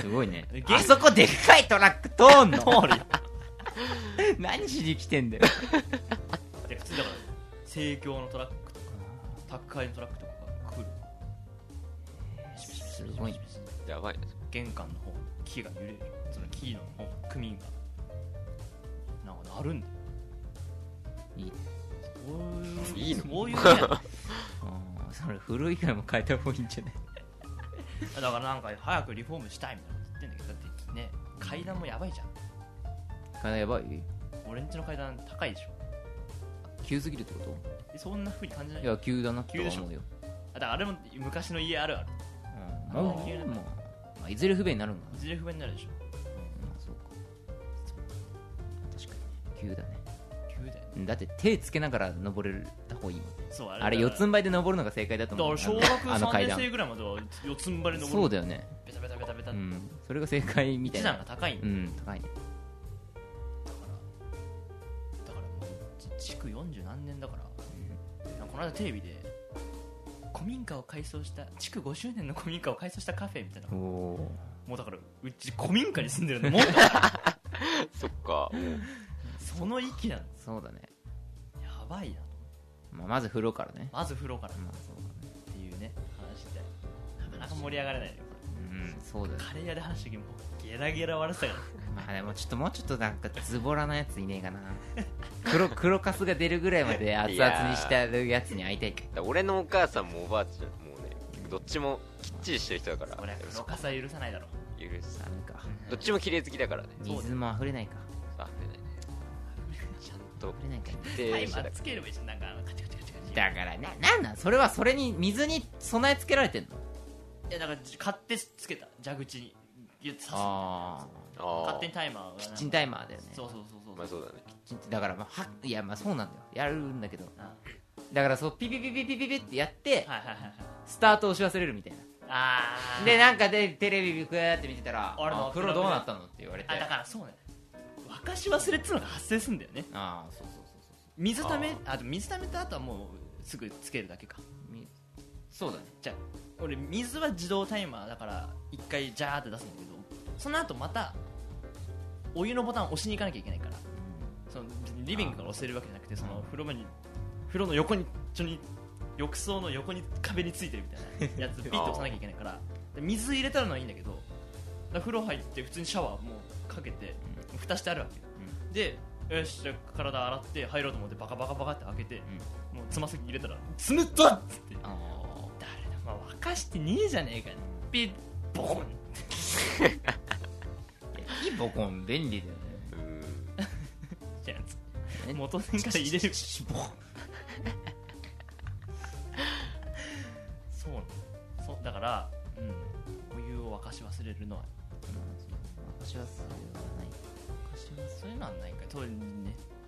すごいねえあそこでっかいトラック通んの通るよ *laughs* 何しに来て *laughs* んだよで普通だから盛況のトラックとか宅配のトラックとかが来るミシミシミシミシミシミシやばいね玄関の方木が揺れるその木の方クミンがなんかなるんだよいいねそういいのそういうねだかあーそれ古いからも変えた方がいいんじゃないらなんか早くリフォームしたいみたいなこと言ってんだけどだってね階段もやばいじゃん金やばい俺んちの階段高いでしょ急すぎるってこでそんな風に感じなといいや急だなと急ではしょ思うよ、あだからあれも昔の家あるあるうん、あんまあまり急だなまあまあいずれ不便になるんだいずれ不便になるでしょまあそうか確かに急だね急だよねうんだって手つけながら登れた方がいいもんねそうああれ四つんん這いで登るのが正解だとだか思うら小学あの3階年段生ぐらいまでは四つん張り登るそうだよねベタベタベタベタうんそれが正解みた一い段なが高いんうだよん高いねだからだからもう築40何年だからなんかこの間テレビで古民家を改装した築5周年の古民家を改装したカフェみたいなおおもうだからうち古民家に住んでるのもんだからそっかもうその域なのそうだねやばいなまあまず風呂からねまず風呂からっまあそうだねていうね話でなかなか盛り上がれないよこうんそうだれねカレー屋で話した時もうゲラゲラ笑ってたかまあでもちょっともうちょっとなんかズボラなやついねえかな黒 *laughs* 黒カスが出るぐらいまで熱々にしてあるやつに会いたいけどだ俺のお母さんもおばあちゃんもねどっちもきっちりしてる人だかららこれはそこ黒笠は許さないだろ許すダメかどっちも綺麗好きだからね水も溢れないかあ触れないねちゃんと溢れないかでタイマーつければいいじゃんなんかあのカチカチカチカチだからななんなんそれはそれに水に備え付けられてんのいやだから買ってつけた蛇口にいや刺すあああ勝手にータイマーがキッチンタイマーだよねそうそうそうそう、まあそうだねキッチンだからまあはいやまあそうなんだよやるんだけどあだからそうピピピピピピピってやってはいはいはいはいスタート押し忘れるみたいなあーでなんかでテレビこうやって見てたら「あれあの風呂どうなったの?」って言われてあだからそうね沸かし忘れっつうのが発生すんだよねああそうそうそうそうそ水ためああでも水ためた後はもうすぐつけるだけかうみそうだねじゃあ俺水は自動タイマーだから一回ジャーって出すんだけどその後またお湯のボタンを押しに行かなきゃいけないからそのリビングから押せるわけじゃなくてその風呂場に風呂の横にちょに浴槽の横に壁についてるみたいな *laughs* やつピッと押さなきゃいけないからで水入れたらのはいいんだけどだから風呂入って普通にシャワーもうかけて蓋してあるわけ、でよしじゃあ体洗って入ろうと思ってバカバカバカって開けて、もうつま先入れたら「つむった!」っつってあー誰だまあ沸かしてねえじゃねえかピッボコンいいボコン便利だよねうんじゃんつえ元栓から入れるボコンそうなのそうだから、うん、お湯を沸かし忘れるのは私はそういうのはない私はそういうのはないか当時ね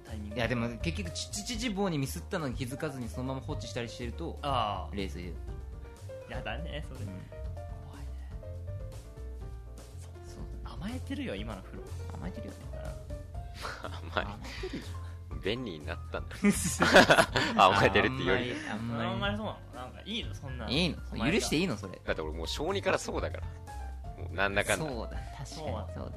タイミングいやでも結局ちち乳棒にミスったのに気づかずにそのまま放置したりしてるとあ冷水で、あやだねそれ、怖いねそう甘えてるよ今の風呂甘えてるよね甘い便利になったん *laughs* だあ甘えてるってよりあんまりああんんままりりそうなのなんかいいのそんないいの許していいいのそれだって俺もう小児からそうだからもうなんだかんだそうだ確かにそうだよそう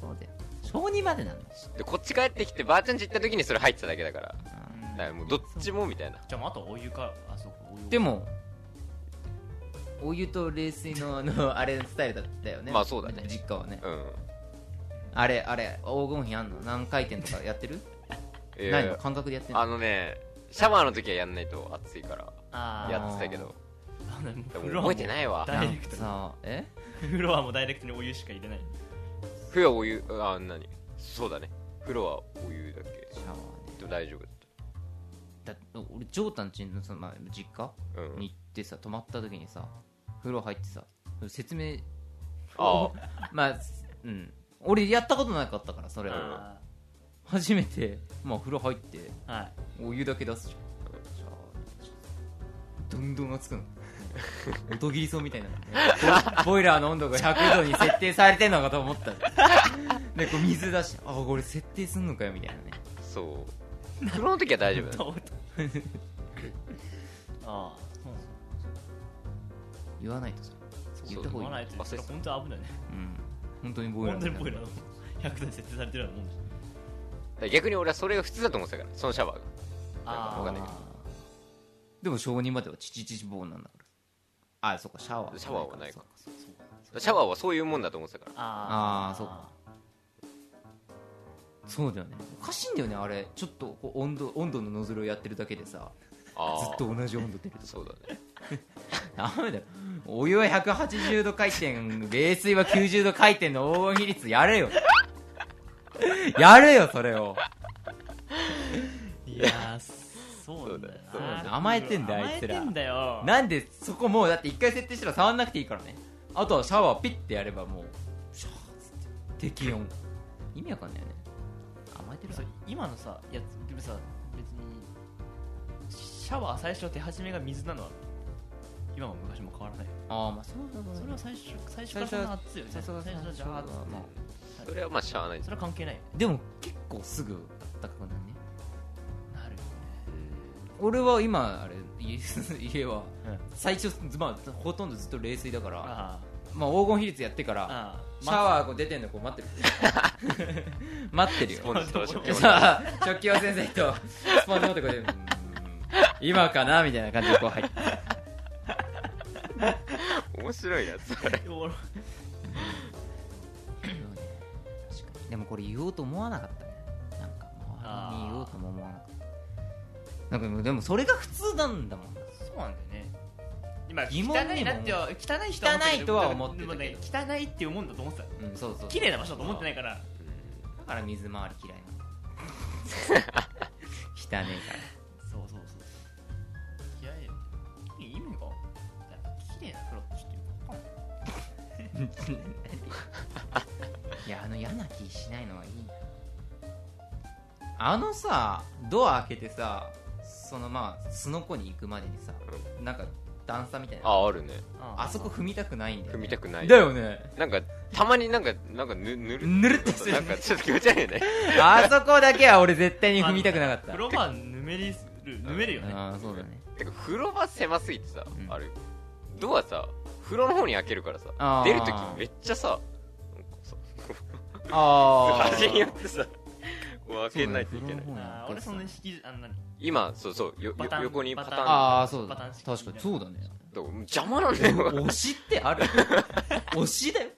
そうだよ小児までなんだしでこっち帰ってきてばあちゃんち行った時にそれ入ってただけだからだうんからもうどっちもみたいなじゃあもうあとお湯かあそうかお湯をでもお湯と冷水のあの *laughs* あれスタイルだったよねまあそうだね実家はねうんあれあれ黄金比あんの何回転とかやってるいやないの感覚でやってんのあのねシャワーの時はやんないと暑いからああやってたけどあのもでうも風呂はも覚うえてないわダイレクトにさえ風呂はもうダイレクトにお湯しか入れない冬はお湯あ何そうだね風呂はお湯だけシャワーねでも大丈夫だっだって俺ジョータンちのその、まあ、実家たうんに行ってさ泊まった時にさ風呂入ってさ説明あまあうん俺やったことなかったからそれをあ初めてまあ風呂入ってあはいお湯だけ出すじゃんどんどん熱くなる音切りそうみたいになるボボイラーの温度が100度に設定されてんのかと思ったでこう水出してあこれ設定すんのかよみたいなねそう風呂の時は大丈夫だねどうああそう言わないとさそう言った方飲まがないいいいとそれ本当に危ないねうん本当にボイラー本当になるボイラーの100度に設定されてるようなもんでだから逆に俺はそれが普通だと思ってたからそのシャワーがあーわかんないけでも小児まではチチチチボーンなんだからあそっかシャワーシャワーはないかそうそうそうシャワーはそういうもんだと思ってたからああーそうかそうだよねおかしいんだよねあれちょっとこう温度温度のノズルをやってるだけでさあーずっと同じ温度出るとそうだねダメだよお湯は180度回転冷水は90度回転の黄金比率やれよやれよそれをいやーそうなんだよなそうだそうだ甘えてんだよあいつら甘えてんだよなんでそこもうだって一回設定したら触んなくていいからねあとはシャワーピッてやればもうシャーッつって適温意味わかんないよね甘えてるそう今のさやつでもさ別にシャワー最初の手始めが水なのは今も昔も変わらないああまあそうだろうねそれは最初最初からそんな熱いよね最最初は初最初のはジャーッつっそうだなてそれはまあしゃあないそれは関係ないよでも結構すぐあったかくなるねなるよね俺は今あれ家 *laughs* 家はうん最初、まあ、ほとんどずっと冷水だからあまあ、黄金比率やってからあシャワーこう出てんのこう待って *laughs* る待ってるス *laughs* ポよンジと食器もさあ食器は先生とスポンジ持ってこうでうーん今かなみたいな感じでこう入って面白いなそれーおもろでもこれ言おうと思わなかったねなんか周りに言おうとも思わなかったなんかでもそれが普通なんだもんそうなんだよね今疑問にも汚いなっては汚い人は汚いとは思ってたけどでもね汚いっていうもんだと思ってたうんそうそう綺麗な場所だと思ってないからだから水回り嫌い *laughs* なの汚ねえからそうそうそう嫌いよ意味がやっぱ綺麗な風呂ってちょっとよくわかんない *laughs* いやあの嫌な気しないのはいいなあのさドア開けてさそのまあすのこに行くまでにさなんか段差みたいなあああるねそこ踏みたくないんだよ、ね、踏みたくないだよねなんかたまになんかなんかぬぬるぬるってするなんかちょっと気持ち悪いよねあそこだけは俺絶対に踏みたくなかった風呂場はぬめりするぬめるよねああそうだねてか風呂場狭すぎてさ、うんあれドアさ風呂の方に開けるからさあー出るときめっちゃさなんかさああ端に寄ってさこう開けないといけない、あー俺そんな引きあの何今そうそうよバタンよ横にパターンバああそうだバタン式確かにそうだねどう邪魔なんだ *laughs* よ押しってある押しだよ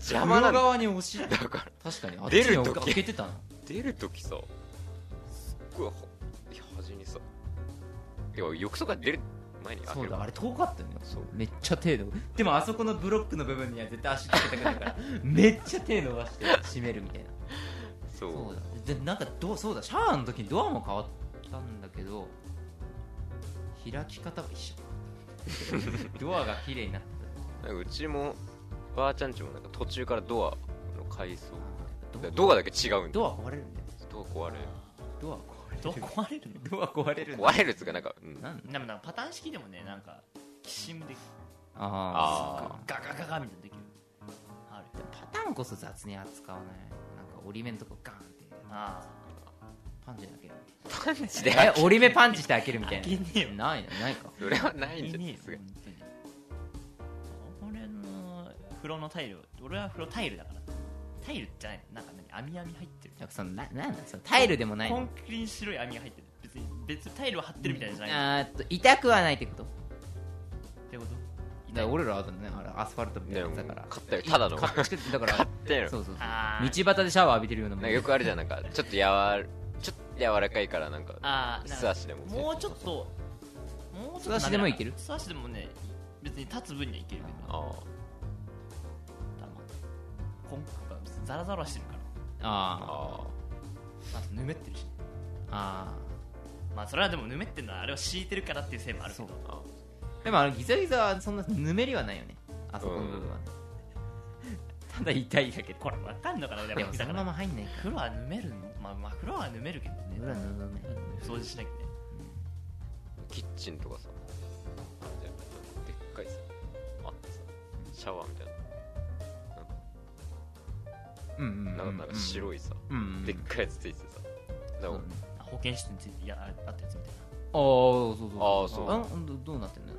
邪魔なん風だ呂側に押しだから確かにあっち出るに時開けてたな出るときさすっごいはいや端にさてか浴槽から出る前に開けそうるだあれ遠かったよねそうめっちゃ手伸ばでもあそこのブロックの部分には絶対足つけたくないからめっちゃ手伸ばして閉めるみたいなそうそうだでなんかどうそうだシャワーの時にドアも変わったんだけど開き方は一緒ドアが綺麗になってなんかうちもばあちゃんちもなんか途中からドアの改装だからたドアだけ違うんだドア壊れるんだよドア壊れるドア壊れどるう壊れるのドア壊れるんだよ壊れるっつうかなんか、うん、なんでもなんかパターン式でもねなんかきしむでああガガガガみたいなのできるあるあパターンこそ雑に扱わないなんか折り目のとこガーンってあパンチで開けるパンチでえ折り目パンチして開けるみたいな開けねえよないのないかそれはないあんいじゃなねえいよです本か当に俺の風呂のタイル俺は風呂タイルだからタイルじゃないのなんか何網網入ってるなんかそのななんだそのタイルでもないコのンクリに白い網が入ってる別に別タイルを張ってるみたいじゃなあいーっと痛くはないってことってことだから俺らはだねあれアスファルトみたいでなもやつだから買ったよただのか買だからったよそうそうそう道あ端ーでシャワー浴びてるようなもなんんかよくあるじゃんなんかちょっとやわちょっと柔らかいからなんかあーなん素か足でももうちょっともうちょっと素足でもいける素足でもね別に立つ分にはいけるけどあ黙ってコンクがザラザラしてるからああああとぬめってるしああまあそれはでもぬめってるのはあれを敷いてるからっていうせいもあるけどそああでもあのギザギザはそんなぬめりはないよねあそこの部分は、ただ痛いだけこれわかんのかなででもそだかのらまま入んないか風呂はぬめるまあまあ風呂はぬめるけどねらぬめり掃除しなきゃねキッチンとかさあるじゃんでっかいさあってさシャワーみたいうんうんうんななんかなんか白いさ、うんうんでっかいやつついてさだそかうらだねあ保健室についてやあったやつみああたいそうそうあーそうあんどどうなってんの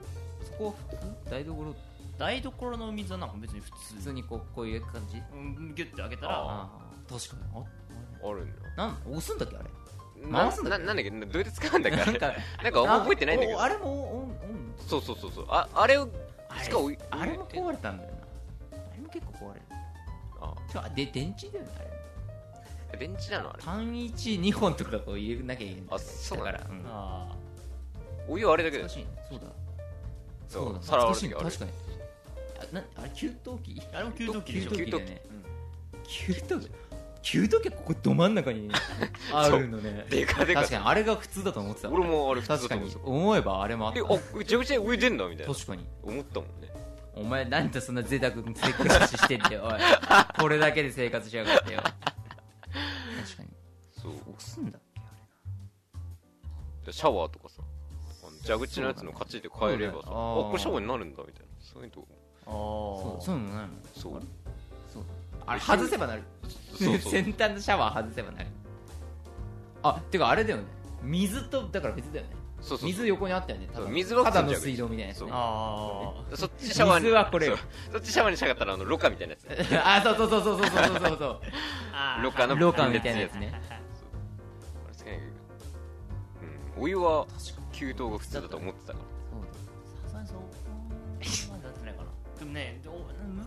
そこ普通台所な台所のお水はなんか別に普通普通にこうこういう感じうんギュッて開けたらああ確かにああるんだなん押すんだっけあれな回すんだなっけなんだっけどうやって使うんだっけあなんれかなんか覚えてないんだけどあれも温温そうそうそうそうああれをしかおいあれもえ壊れたんだよなあれも結構壊れるあちょあで電池だよねあれ電池なのあれ単一二本とかこう入れなきゃいけないあそうだなかんだらうんあお湯はあれだけだ懐よかしいねそうだそうそうだ皿懐洗かうしい時ねあ確かれにあなあれ給湯器ーあれも給湯器でしょ給湯器だよね給湯器給湯器はここど真ん中 *laughs* にあるのねでかでか確かにあれが普通だと思ってた俺もあれ普確通だかと思にってた思えばあれもあっえたあめちゃくちゃお湯出んだみたいな確かに思ったもんねお前なんでそんな贅沢に生活してんだ *laughs* よおいこれだけで生活しやがってよ確かにそう押すんだっけあれシャワーとかさあの蛇口のやつのカチって変えればそさ、うだねああーこれシャワーになるんだみたいなそういうとこあそそうそういうのないのそうあれそうあれ外せばなる *laughs* そうそう先端のシャワー外せばなるあてかあれだよね水とだから別だよねそうそう水横にあったよねただ水は普ただの通蛇口水道みたいなやつねそうあーそっちシャワーに水はこれそようそっちシャワーにしたかったらあのろ過みたいな *laughs* やあそうそうそうそうそうそうそうそうあーつろ過の *laughs* 廊下みたいなやつねあれつけなきゃいけないうんお湯は給湯が普通だと思ってたかそうさすがにそうまだやってないかなでもねでお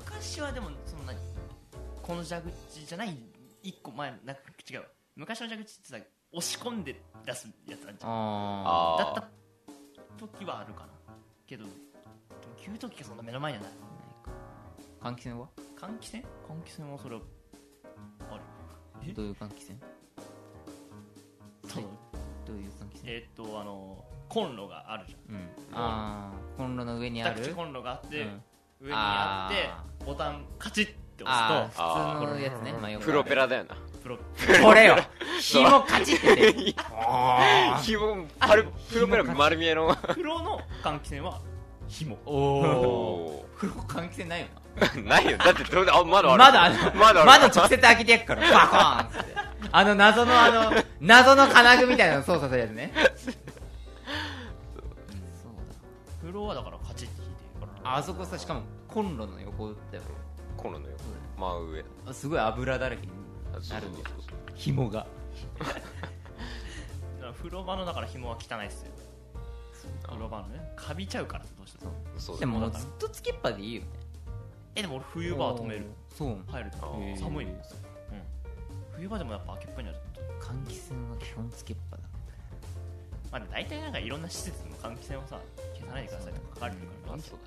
昔はでもその何この蛇口じゃない一個前なんか違うわ昔の蛇口ってさ押し込んで出すやつあるじゃんああーだった時はあるかなけどでも給湯器がそんな目の前にはないあ換気扇は換気扇換気扇はそれはあるどういう換気扇えそのどういう換気扇えーっとあのコンロがあるじゃんうんああコンロの上にあ二口るコンロがあって、うん上にあってボタンカチッって押あすとあ普通のやつねまあよらくあプるロペラだよなプロこ *laughs* れよ紐カチってて *laughs* 紐パルプロペラ丸見えの風呂の換気扇は紐おお風呂換気扇ないよー *laughs* ないよだってどうあまだなまあるだあのまだある窓直接開けてやっからバコーンっつ *laughs* ってあの謎のあの謎の金具みたいなの操作するやつ *laughs* ねそう風呂はだからカチッって引いてるかだらあそこさしかもコンロの横だよコロのよ真上あすごい油だらけにあそうなるそうんだよそうそう紐がだから風呂場のだから紐は汚いっすよ風呂場のねカビちゃうからどうしてもそうでももうだずっとつけっぱでいいよねえでも俺冬場は止めるそう入るとあー寒いへのー冬場でもやっぱ秋っぽいのはちょっと換気扇は基本つけっぱだまあでも大体なんかいろんな施設の換気扇をさ消さないでくださいとか書かれてるからあねそう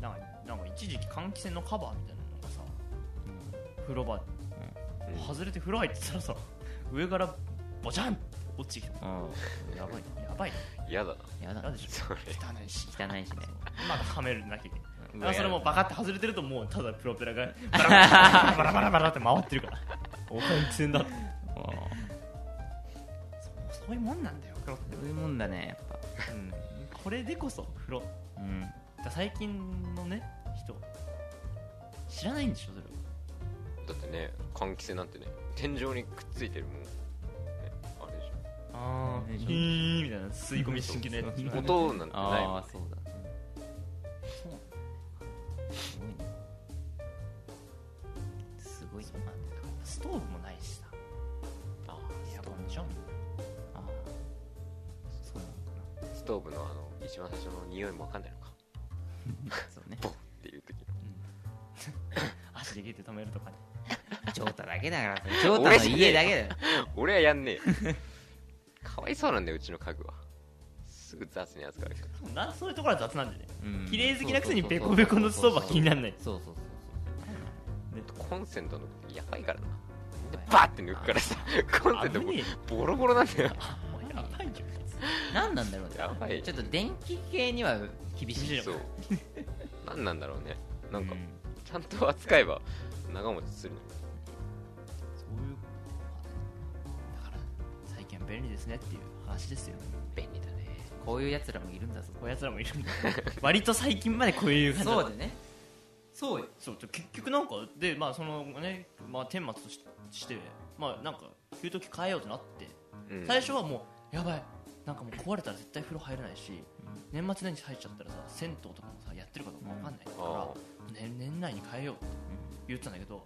だだからなんかなんか一時期換気扇のカバーみたいなのがさ風呂場うん外れて風呂入ってたらさ上からボジャンって落ちてきたあやばいやばい嫌だなあやだなんでしょそれ汚いし汚いしねまだはめるなきゃいけないだから上それもうバカって外れてるともうただプロペラがバラバラバラバラバラって回ってるからお換気扇だってそうそういうもんなんだよ風呂ってそういうもんだねやっうんこれでこそ風呂ぱうんだから最近のね人知らないんでしょそれはだってね換気扇なんてね天井にくっついてるもん、ね、あれでしあーヒーみたいな吸い込み式のやつょ音なんてないもんああそうだそうすごいねすごいねそうなんだよストーブもないしさあエアコンでしょああそうなのかストーブのあの一番最初の匂いもわかんないのかなそうね *laughs* ボンっていう時の *laughs* 足でゲって止めるとかねジョータだけだからそれジョータの家だけだよ俺はやんねえよ *laughs* かわいそうなんだようちの家具はすぐ雑に扱われるかなんそういうところは雑なんでねうん綺麗好きなくせにペコペコのストーブは気にならないそうそうそうらコンセントのやばいからなそうでバーって抜くからさコンセントも危ねボロボロなんだよもうやばいじゃん何なんだろうねやばいちょっと電気系には厳しい厳しいそう何なんだろうねなんかうちゃんと扱えば長持ちするのにそういうだから最近は便利ですねっていう話ですよ便利だねこういうやつらもいるんだぞこういうやつらもいるんだ割と最近までこういう感じだそったうだねそうよそうで結局なんかでまあそのねまあ天末とししてまあなんか給湯器変えようとなって、うん最初はもうやばいなんかもう壊れたら絶対風呂入れないし、年末年始入っちゃったらさ銭湯とかもさやってるかどうかわかんないから、あね、年内に変えようって言ってたんだけど、うん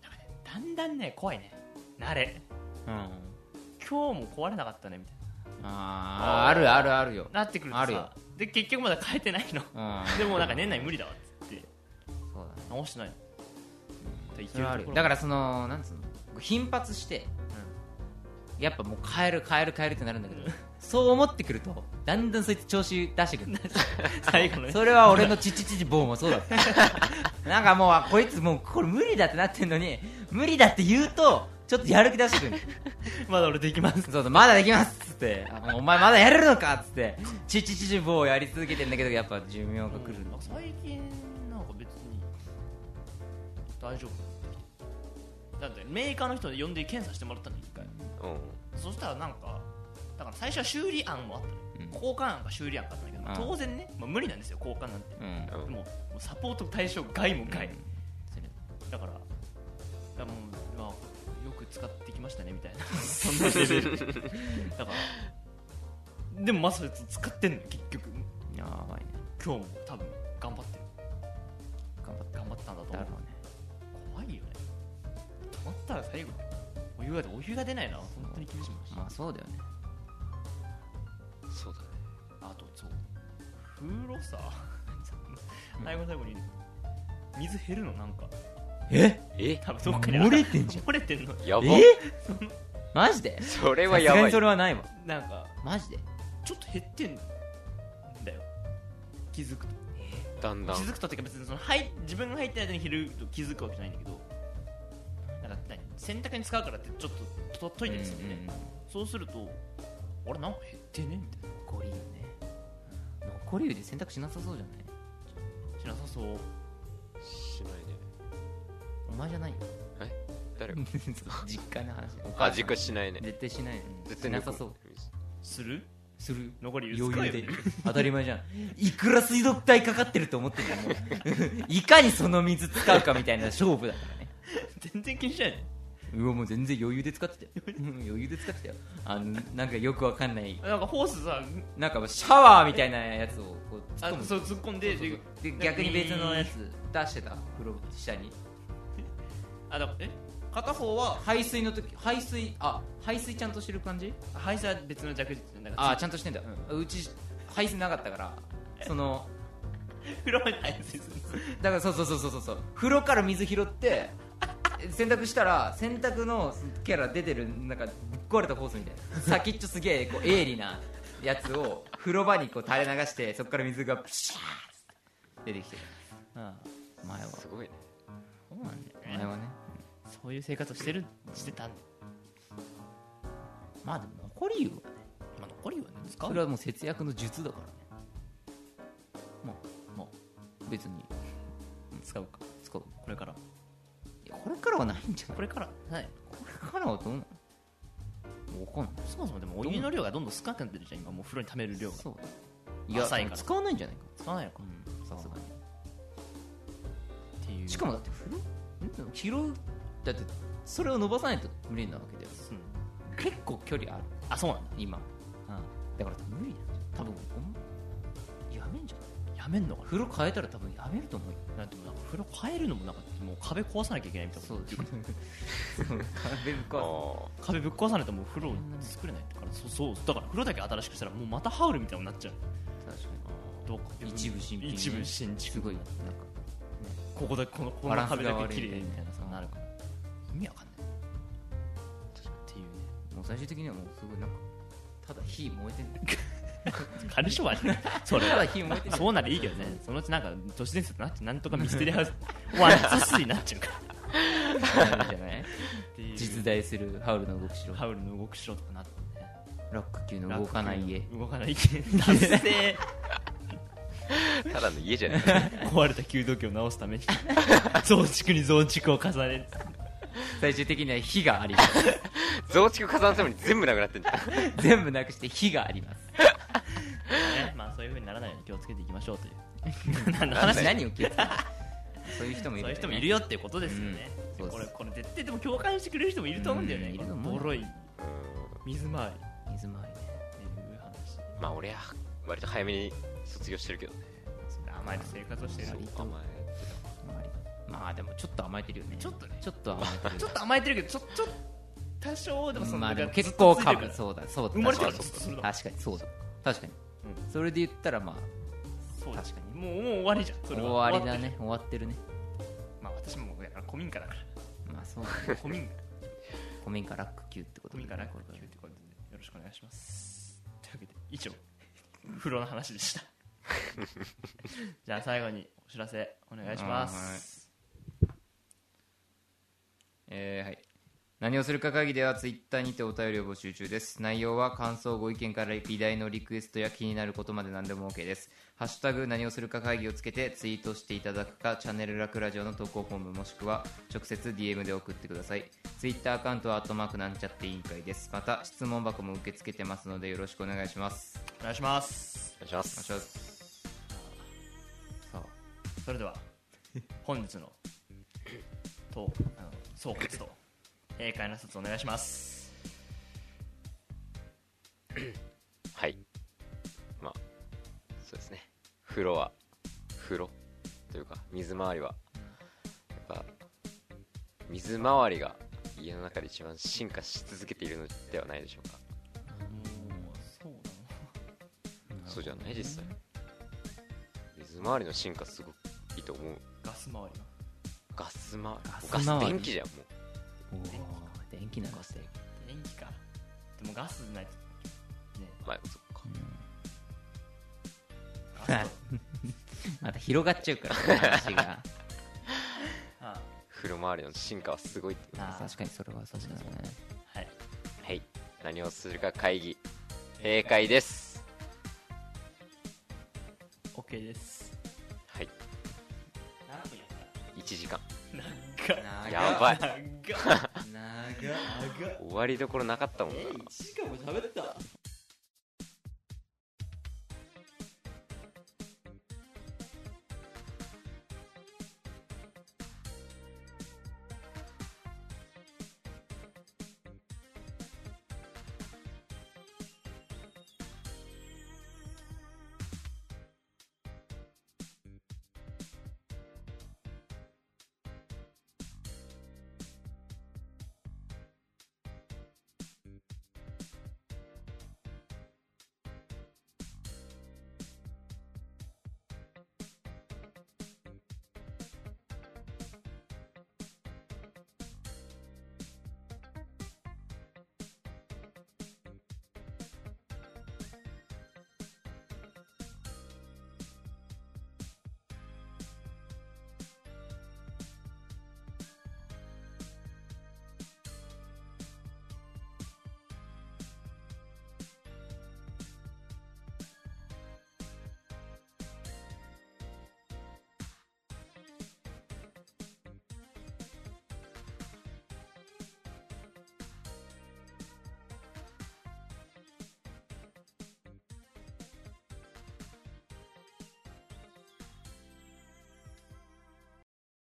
なんかねだんだんね怖いね慣れうん今日も壊れなかったねみたいあーあるあるあるよななってくるとさあるよで結局まだ変えてないのうんでもなんか年内無理だわっつってそうだね直してないの、で行そけれるはあとるころだからそのなんつうの頻発して、やっぱもう変える変える変えるってなるんだけど、そう思ってくるとだんだんそいつ調子出してくる最後の *laughs* ねそれは俺のちちちちぼうもそうだ *laughs* ったなんかもうあこいつもうこれ無理だってなってんのに無理だって言うとちょっとやる気出してくるまだ俺できますそうそうまだできますっつってあお前まだやれるのかっつってちちちちぼうやり続けてんだけどやっぱ寿命が来るの、最近なんか別に大丈夫だってメーカーの人呼んで検査してもらったの一回うそしたらなんかだから最初は修理案もあったの、うん交換案か修理案かあったんだけど、うん当然ね、まあ、無理なんですよ交換なんて、うんんうんでももうサポート対象外も外、それだからいやもう、まあ、よく使ってきましたねみたい *laughs* なそんなレベルだからでもまあそれ使ってんのよ結局やばいね今日も多分頑張ってる頑張っ頑張ったんだとただろ思ううね怖いよね止まったら最後お湯がお湯が出ないのは本当に厳しいもんまあそうだよねそうだねあとそう風呂さ最後の最後に水減るのなんかええ多分どっかに漏れてんじゃん漏れてんのやばえマジでそれさはすやがばにいそれはないわなんかマジでちょっと減ってんだよ気づくとだんだん気づくとっていうか別にそのはい自分が入ってる間に減ると気づくわけじゃないんだけどなんか何洗濯に使うからってちょっととっといてですよね、そうするとあれなんか減ってねみたいな残り湯ね残り湯で選択しなさそうじゃないしなさそうしないねお前じゃないよ誰が *laughs* 実家の話あ実家しないね絶対しないよ絶し対なさそうするする残り余裕で使えよ *laughs* 当たり前じゃんいくら水道代かかってると思ってるのもう *laughs* いかにその水使うかみたいな勝負だからね *laughs* 全然気にしないねうわもう全然余裕で使ってたようん余裕で使ってたよあのなんかよくわかんないなんかホースさなんかシャワーみたいなやつをこう突っあ込むそう突っ込んでそうそうでで逆に別のやつで出してた風呂下にあだからえ片方は排水の時排水あ排水ちゃんとしてる感じ排水は別の弱実なんかあちゃんとしてんだ、うち排水なかったからその風呂に排水するだからそうそうそうそうそう風呂から水拾って選択したら選択のキャラ出てるなんかぶっ壊れたホースみたいな先っちょすげえこう鋭利なやつを風呂場にこう垂れ流してそこから水がプシャーって出てきてるうん前はそすごいねうなんだよね前はねそういう生活をしてるしてたんまあでも残り湯はね、まあ、残り湯はね使そうれよはもう節約の術だからねもうも別にう使うか使うこれからいやこれからはないんじゃないこれからはいこれからはどうなの分かんないそもそもでもお湯の量がどんどん少なくなってるじゃん今もう風呂に溜める量がそういいやや浅いから使わないんじゃないか使わないのかさすがにっていうしかもだって風呂ん拾うだってそれを伸ばさないと無理なわけだようん結構距離あるあそうなんだ今だから無理だよ多分おやめんじゃんやめんのか風呂変えたら多分やめると思うよななんてもうなんか風呂変えるのもなんかもう壁壊さなきゃいけないみたいなそうですね *laughs* そう壁ぶっああ壊壁ぶっ壊さないともう風呂作れないからそうそうだから風呂だけ新しくしたらもうまたハウルみたいになっちゃうす確かどうかに一部新品ね一部新築すごいなんかここだけこのこバラのンス壁がだ悪けい綺麗みたいなさうんなるから意味わかんないっていうねもう最終的にはもうすごいなんかただ火燃えてんだよ軽商売じゃ *laughs* ない *laughs* それただ火燃えてんだよそうならいいけどねそのうちなんか都市伝説になってなんとかミステリーハウスワンツースリーになっちゃうからっなんじゃないてい *laughs* う実在するハウルの動く城ハウルの動く城とかなってねラック級の動かない家動か *laughs* ない家男性ただの家じゃない *laughs* 壊れた給湯器を直す *laughs* ために増築に増築を重ねて最終的には火があります *laughs* 増築加算するのに全部なくなってんじゃん全部なくして火がありますねまあそういう風にならないように気をつけていきましょうという何の話話何を気をつけ *laughs* てるそういう人もいるそうよいうね人もいるよっていうことですよね、うんこそうれですこれ絶対でも共感してくれる人もいると思うんだようねんいると思うボロい水回り水回りねっていう話まあ俺は割と早めに卒業してるけどね甘えて生活をしてる割と甘え周りまあでもちょっと甘えてるよねちょっとねちょっと甘えてるちょっと甘えてるけどちょちょ多少でもそのまあでもなんか結構ずっとつかいてぶるそうだそうだ埋もれてる確ずっとかするにの確かにそうだ確かに、それで言ったらまあそう確かもうもう終わりじゃんそれ終はわりだ終わってるね終わってるねまあ私もだから古民家だかまあそうだねら古民家古民家ラック級ってこと古だ民ね家ラック級ってことでよろしくお願いしますというわけで以上風呂の話でしたじゃあ最後にお知らせお願いしますえーはい何をするか会議ではツイッターにてお便りを募集中です内容は感想ご意見から議題のリクエストや気になることまで何でも OK です「ハッシュタグ何をするか会議」をつけてツイートしていただくかチャンネルラクラジオの投稿フォームもしくは直接 DM で送ってくださいツイッターアカウントはアットマークなんちゃって委員会ですまた質問箱も受け付けてますのでよろしくお願いしますお願いしますお願いしまお願いすしますさあそれでは本日のとあの総括と英会の挨拶お願いしますはいまあそうですね風呂は風呂というか水回りはやっぱ水回りが家の中で一番進化し続けているのではないでしょうかそうそうじゃない実際水回りの進化すごくいいと思うガス回りがガス回りガスガ回りス電気じゃんもう電気なのせ電気かでもガスないとねまあそっかガスとまた広がっちゃうから話があ風呂回りの進化はすごいってあ確かにそれは確かにねはいはい何をするか会議閉会です OK ですはい何分やった1時間長やばい長っ長終わりどころなかったもんなえ、1時間も喋った